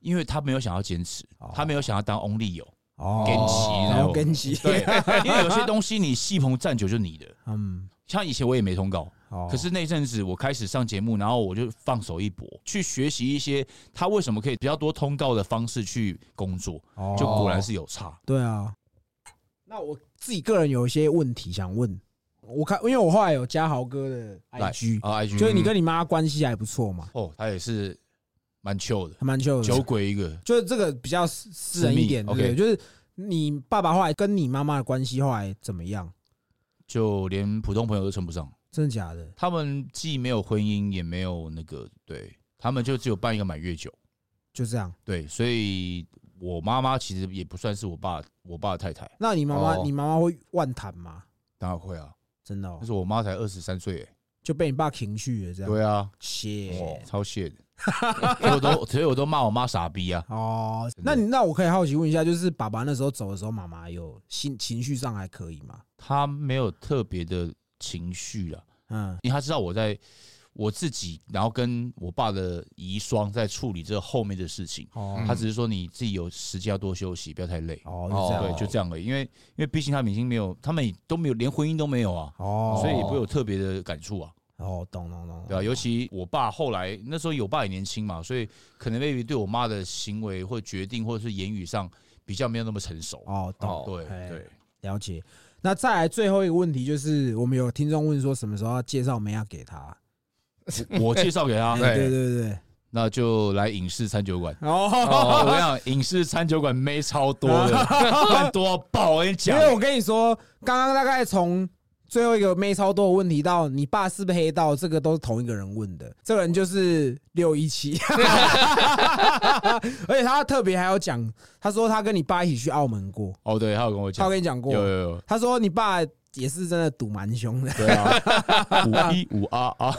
A: 因为他没有想要坚持，
B: 哦
A: 他没有想要当 only 友，
B: 哦
A: 跟齐
B: 还
A: 然
B: 要
A: 后
B: 跟齐，
A: 对，因为有些东西你戏棚站久就你的。
B: 嗯，
A: 像以前我也没通告，
B: 哦
A: 可是那阵子我开始上节目，然后我就放手一搏，去学习一些他为什么可以比较多通告的方式去工作，
B: 哦
A: 就果然是有差。
B: 对啊，那我自己个人有一些问题想问，我看因为我后来有加豪哥的 IG，
A: 啊，IG，
B: 就是你跟你妈关系还不错嘛，
A: 哦，他也是蛮 chill 的，
B: 还蛮秀
A: 酒
B: 的。
A: 鬼一个。
B: 就是这个比较私私人一点，
A: 私密
B: 对，
A: OK
B: 就是你爸爸后来跟你妈妈的关系后来怎么样？
A: 就连普通朋友都称不上。
B: 真的假的？
A: 他们既没有婚姻，也没有那个，对他们就只有办一个满月酒。
B: 就这样？
A: 对，所以我妈妈其实也不算是我爸，我爸的太太。
B: 那你妈妈，
C: 哦
B: 你妈妈会万谈吗？
A: 当然会啊，
B: 真的、哦
A: 但，是我妈才二十三岁，
B: 就被你爸情绪了这样。
A: 对啊，
B: 谢
A: 超谢的，所以我都所以我都骂我妈傻逼啊。
B: 哦，
A: 真
B: 那
A: 的
B: 你那我可以好奇问一下，就是爸爸那时候走的时候，妈妈有心情绪上还可以吗？
A: 她没有特别的情绪啦，
B: 嗯，
A: 因为她知道我在我自己，然后跟我爸的遗孀在处理这后面的事情。
B: 哦
A: 他只是说你自己有时间要多休息，不要太累。
B: 哦，就这样，
C: 哦
A: 对，就这样而已。因为因为毕竟他们已经没有，他们也都没有连婚姻都没有啊，
B: 哦，
A: 所以也不会有特别的感触啊，
B: 哦，懂懂懂，
A: 对吧、啊尤其我爸后来那时候有爸也年轻嘛，所以可能 maybe 对我妈的行为或决定或者是言语上比较没有那么成熟。
B: 哦，懂
C: 哦，
A: 对
B: 哎
A: 对，
B: 了解。那再来最后一个问题就是，我们有听众问说什么时候要介绍梅亚给他？
A: 我介绍给他
B: 哎
C: 对
B: 对对对，
A: 那就来影视餐酒馆。 哦，我跟你
B: 哦，
A: 讲，影视餐酒馆妹超多 的，但多到爆！我跟你
B: 因
A: 讲，
B: 为我跟你说，刚刚大概从最后一个妹超多的问题到你爸是不是黑道，这个都是同一个人问的。这个人就是六 一七，而且他特别还有讲，他说他跟你爸一起去澳门过，
A: 哦，对，他有跟我
B: 他有
A: 讲，
B: 跟你讲过
A: 有，有有，
B: 他说你爸也是真的赌蛮凶的。
A: 对啊，五一五啊啊，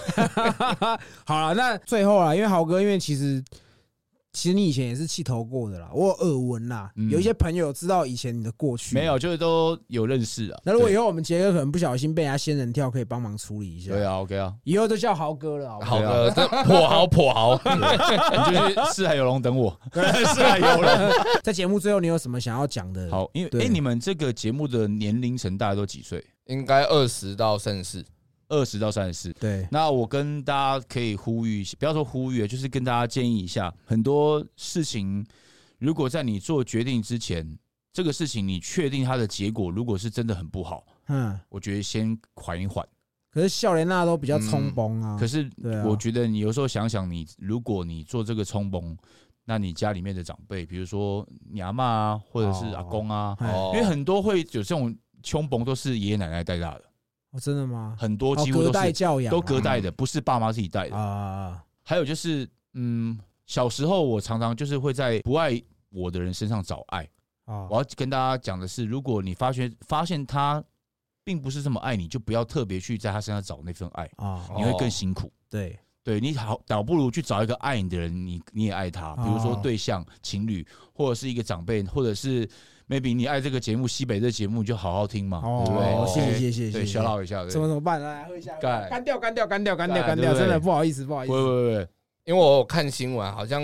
B: 好了，那最后啦，因为豪哥，因为其实其实你以前也是气头过的啦，我有耳闻啦，
A: 嗯
B: 有一些朋友知道以前你的过去，
A: 没有，就是都有认识啊。
B: 那如果以
A: 有，
B: 后我们杰哥可能不小心被人家仙人跳，可以帮忙处理一下。
A: 对，啊，OK 啊，
B: 以后就叫豪哥了，好不好？
C: 好的，这破豪 破嗯豪，
A: 你就去四海游龙等我，四海游龙。
B: 在节目最后，你有什么想要讲的？，
A: 好，因为
B: 对
A: 哎，你们这个节目的年龄层大概都几岁？
C: 应该二十到三十。
A: 二十到三十四。
B: 对，
A: 那我跟大家可以呼吁一下，不要说呼吁，就是跟大家建议一下，很多事情如果在你做决定之前，这个事情你确定它的结果如果是真的很不好，
B: 嗯，
A: 我觉得先缓一缓。
B: 可是笑莲娜都比较冲崩啊，
A: 嗯可是
B: 对啊
A: 我觉得你有时候想想你，如果你做这个冲崩，那你家里面的长辈，比如说你阿妈啊，或者是
B: 哦
A: 阿公啊，
B: 哎
C: 哦
A: 因为很多会有这种冲崩，都是爷爷奶奶带大的，
B: 哦真的吗？
A: 很多
B: 哦
A: 几乎
B: 隔
A: 都
B: 代
A: 是
B: 教养啊，
A: 都隔代的，不是爸妈自己带的。
B: 啊，
A: 还有就是，嗯，小时候我常常就是会在不爱我的人身上找爱。我
B: 哦，
A: 要跟大家讲的是，如果你发觉发现他并不是这么爱你，就不要特别去在他身上找那份爱，
B: 啊，
A: 你会更辛苦。
B: 对，
A: 对你好，倒不如去找一个爱你的人，你你也爱他，比如说
B: 哦
A: 对象、情侣，或者是一个长辈，或者是 maybe 你爱这个节目西北这个节目，你就好好听嘛，对不对
B: 哦，谢谢谢谢谢
A: 对，
B: 谢
A: 小。老一下，对
B: 怎么怎么办？来喝一下，
A: 干
B: 干掉干掉干掉干掉
A: 干
B: 干掉，
A: 对不对
B: 真的不好意思不好意
A: 喂
B: 思。
A: 喂喂喂，
C: 因为我有看新闻，好像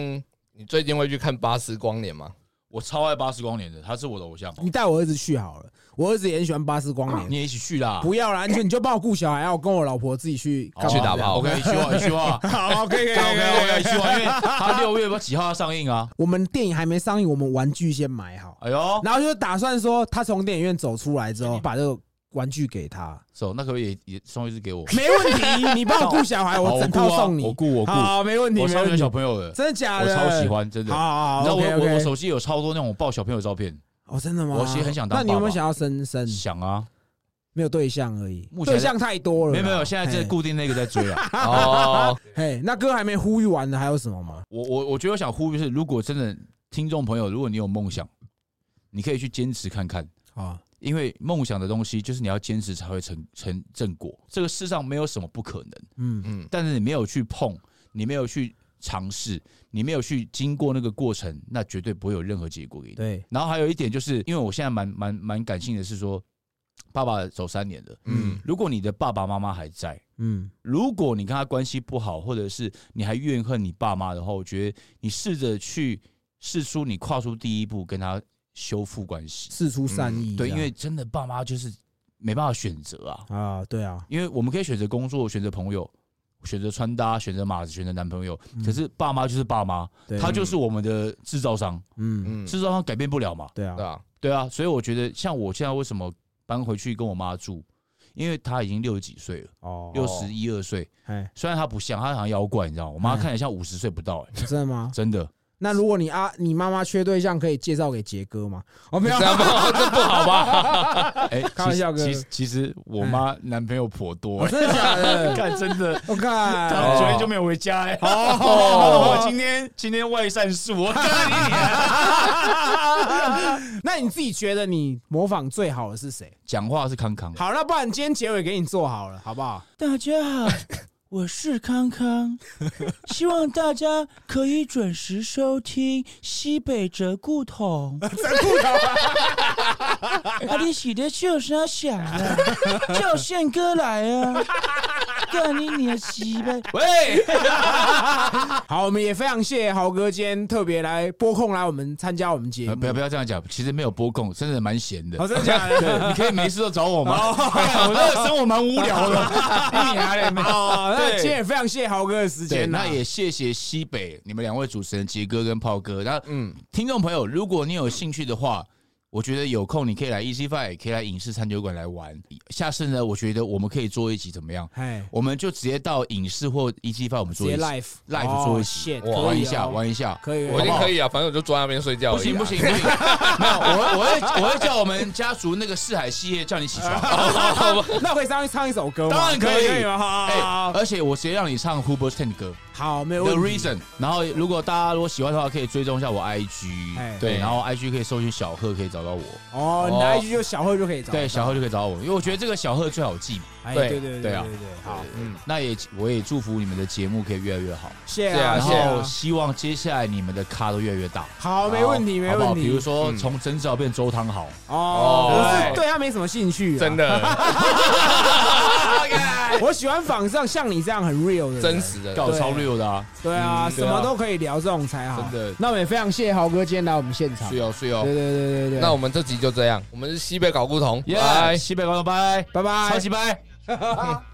C: 你最近会去看《巴斯光年》吗？
A: 我超爱巴斯光年的，他是我的偶像，
B: 你带我儿子去好了，我儿子也很喜欢巴斯光年。
A: 你也一起去啦，
B: 不要啦，你就你就帮我顾小孩，然后我跟我老婆自己去
A: 好
B: 干嘛
C: 去打炮
A: ，OK，一句话，一句 话。
B: 好，OK OK
A: OK OK，一句话，因为他六月不知道几号要上映啊？
B: 我们电影还没上映，我们玩具先买好，
A: 哎呦，
B: 然后就打算说他从电影院走出来之后，把这个玩具给他，
A: 走，那可不可以也也送一只给我？
B: 没问题，你帮我顾小孩，
A: 好
B: 我整套
A: 顾啊
B: 送你
A: 我，雇我雇，
B: 好，没问题，
A: 我
B: 没
A: 超喜
B: 问
A: 欢
B: 题
A: 小，朋友的，
B: 真的假
A: 我
B: 的？
A: 超喜，欢，真的
B: 好。好
A: 你知道
B: 好
A: 我
B: ，OK
A: 我我
B: OK，
A: 手机有超多那种抱小朋友的照片，
B: 哦，真的吗？
A: 我其实很想当
B: 那你有没
A: 爸
B: 有
A: 爸
B: 想要生生？
A: 想啊，
B: 没有对象而已
A: 目，前
B: 对象太多了啦，
A: 没有没有，现在这固定那个在追 啊。
C: 哦，
B: 嘿，嘿，那哥还没呼吁完的，还有什么吗？
A: 我我我觉得我想呼吁是，如果真的听众朋友，如果你有梦想，你可以去坚持看看，
B: 啊，
A: 因为梦想的东西就是你要坚持才会成成正果。这个世上没有什么不可能，
B: 嗯，
C: 嗯，
A: 但是你没有去碰，你没有去尝试，你没有去经过那个过程，那绝对不会有任何结果给你。
B: 对，
A: 然后还有一点就是，因为我现在蛮蛮蛮感性的是说，爸爸走三年了，
C: 嗯，
A: 如果你的爸爸妈妈还在，
B: 嗯，
A: 如果你跟他关系不好，或者是你还怨恨你爸妈的话，我觉得你试着去试出你跨出第一步，跟他修复关系。
B: 事出善意这
A: 嗯对，
B: 样，
A: 因为真的爸妈就是没办法选择啊，
B: 啊，对啊，
A: 因为我们可以选择工作，选择朋友，选择穿搭，选择码子，选择男朋友。可是爸妈就是爸妈，
B: 嗯对
A: 他就是我们的制造商，
B: 嗯，
C: 嗯，
A: 制造商改变不了嘛。
B: 对啊
C: 对，啊，
A: 对啊，所以我觉得像我现在为什么搬回去跟我妈住，因为她已经六十几岁了，
B: 哦，
A: 六十一二岁。
B: 哎，
A: 虽然她不像，她好像妖怪，你知道吗？我妈
B: 嗯
A: 看起来像五十岁不到、欸，
B: 真 的吗？
A: 真 的。
B: 那如果你啊，你妈妈缺对象，可以介绍给杰哥吗？哦，没有
C: 这，样不好，这不好吧？
A: 哎、
B: 开玩笑
A: 其实其
B: 哥
A: 实其实我妈男朋友颇多、
B: 我
A: 欸，
B: 真的 假的？
A: 看真的，
B: 我看，
A: 她昨天就没有回家、欸，哎、我
B: 哦
A: 今天今天外散数， 我干你娘！
B: 那你自己觉得你模仿最好的是谁？
A: 讲话是康康，
B: 好，那不然今天结尾给你做好了，好不好？
E: 大家好，我是康康，希望大家可以准时收听西北折故筒。折故筒，啊，你洗的就是要响啊，叫宪哥来啊，干你你的鸡呗！
A: 喂，
B: 好，我们也非常谢谢豪哥今天特别来播控来我们参加我们节
A: 呃
B: 目
A: 不要。不要这样讲，其实没有播控，真的蛮闲的
B: 哦，。真的哦假 的？
A: 对，你可以没事都找我 吗？哎我这个生活蛮无 聊的，你还来吗？
B: 哦，那
A: 对
B: 今天也非常谢谢豪哥的时
A: 对，
B: 间啊，
A: 那也谢谢西北你们两位主持人杰哥跟炮哥。那
C: 嗯，
A: 听众朋友，如果你有兴趣的话，我觉得有空你可以来 Easy Five，也可以来影视餐酒馆来玩。下次呢，我觉得我们可以做一集怎么样？
B: 哎，
A: 我们就直接到影视或 Easy Five，我们
B: 直
A: 做一
B: 接
A: 集
B: live
A: live 做一起
B: 哦 shit，
C: 哇
B: 可
A: 玩
B: 以
A: 一下，
B: 哦
A: 玩一下。
B: 可以，
C: 我
A: 好
C: 已经
A: 不好
C: 可以啊，反正我就坐在那边睡觉而已啊。
A: 不行不行不行，没有我我会我会叫我们家族那个四海系列叫你起床。哎
B: 那可以上去唱一首歌吗？
A: 当然可以
B: 可以吗？好
A: 哎、
B: 好，好
A: 而且我直接让你唱 Who b o s t e n 的歌
B: 好，没有
A: The
B: 问题。
A: Reason。然后，如果大家如果喜欢的话，可以追踪一下我 IG，、
B: 哎
A: 对，
C: 对
A: 然后 IG 可以搜寻小贺，可以找到我。
B: 哦，你拿一句就小贺就可以找。
A: 对，小贺就可以找到我，因为我觉得这个小贺最好记。
B: 哎，
C: 对
B: 对对对
A: 对啊
B: 对对，好
A: 好，，嗯，那也我也祝福你们的节目可以越来越好，
B: 谢
C: 谢
B: 啊，
C: 啊
A: 然
B: 谢
A: 后
B: 啊，
A: 希望接下来你们的咖都越来越大，
B: 好，没问题，没
A: 好不好？
B: 问
A: 比如
B: 题。
A: 说
C: 嗯
A: 从整早变周汤好，
B: 哦，我是
C: 哦
B: 对他没什么兴趣，
C: 真
B: 的。
C: 的
B: 我喜欢仿上像你这样很 real 的人
C: 真，实的，
A: 搞超 real 的啊，
B: 对啊，
C: 嗯
B: 什
C: 对啊
B: 么都可以聊，这种才好。
A: 真的
B: 那我们也非常谢谢豪哥今天来我们现场。
A: 睡
B: 对
A: 哦睡哦
B: 对，对对对，
C: 那我们这集就这样，我们是西北搞不同，
A: 耶
C: 拜，。
A: 西北高中拜，
B: 拜拜
A: 超。级拜。
B: 拜拜。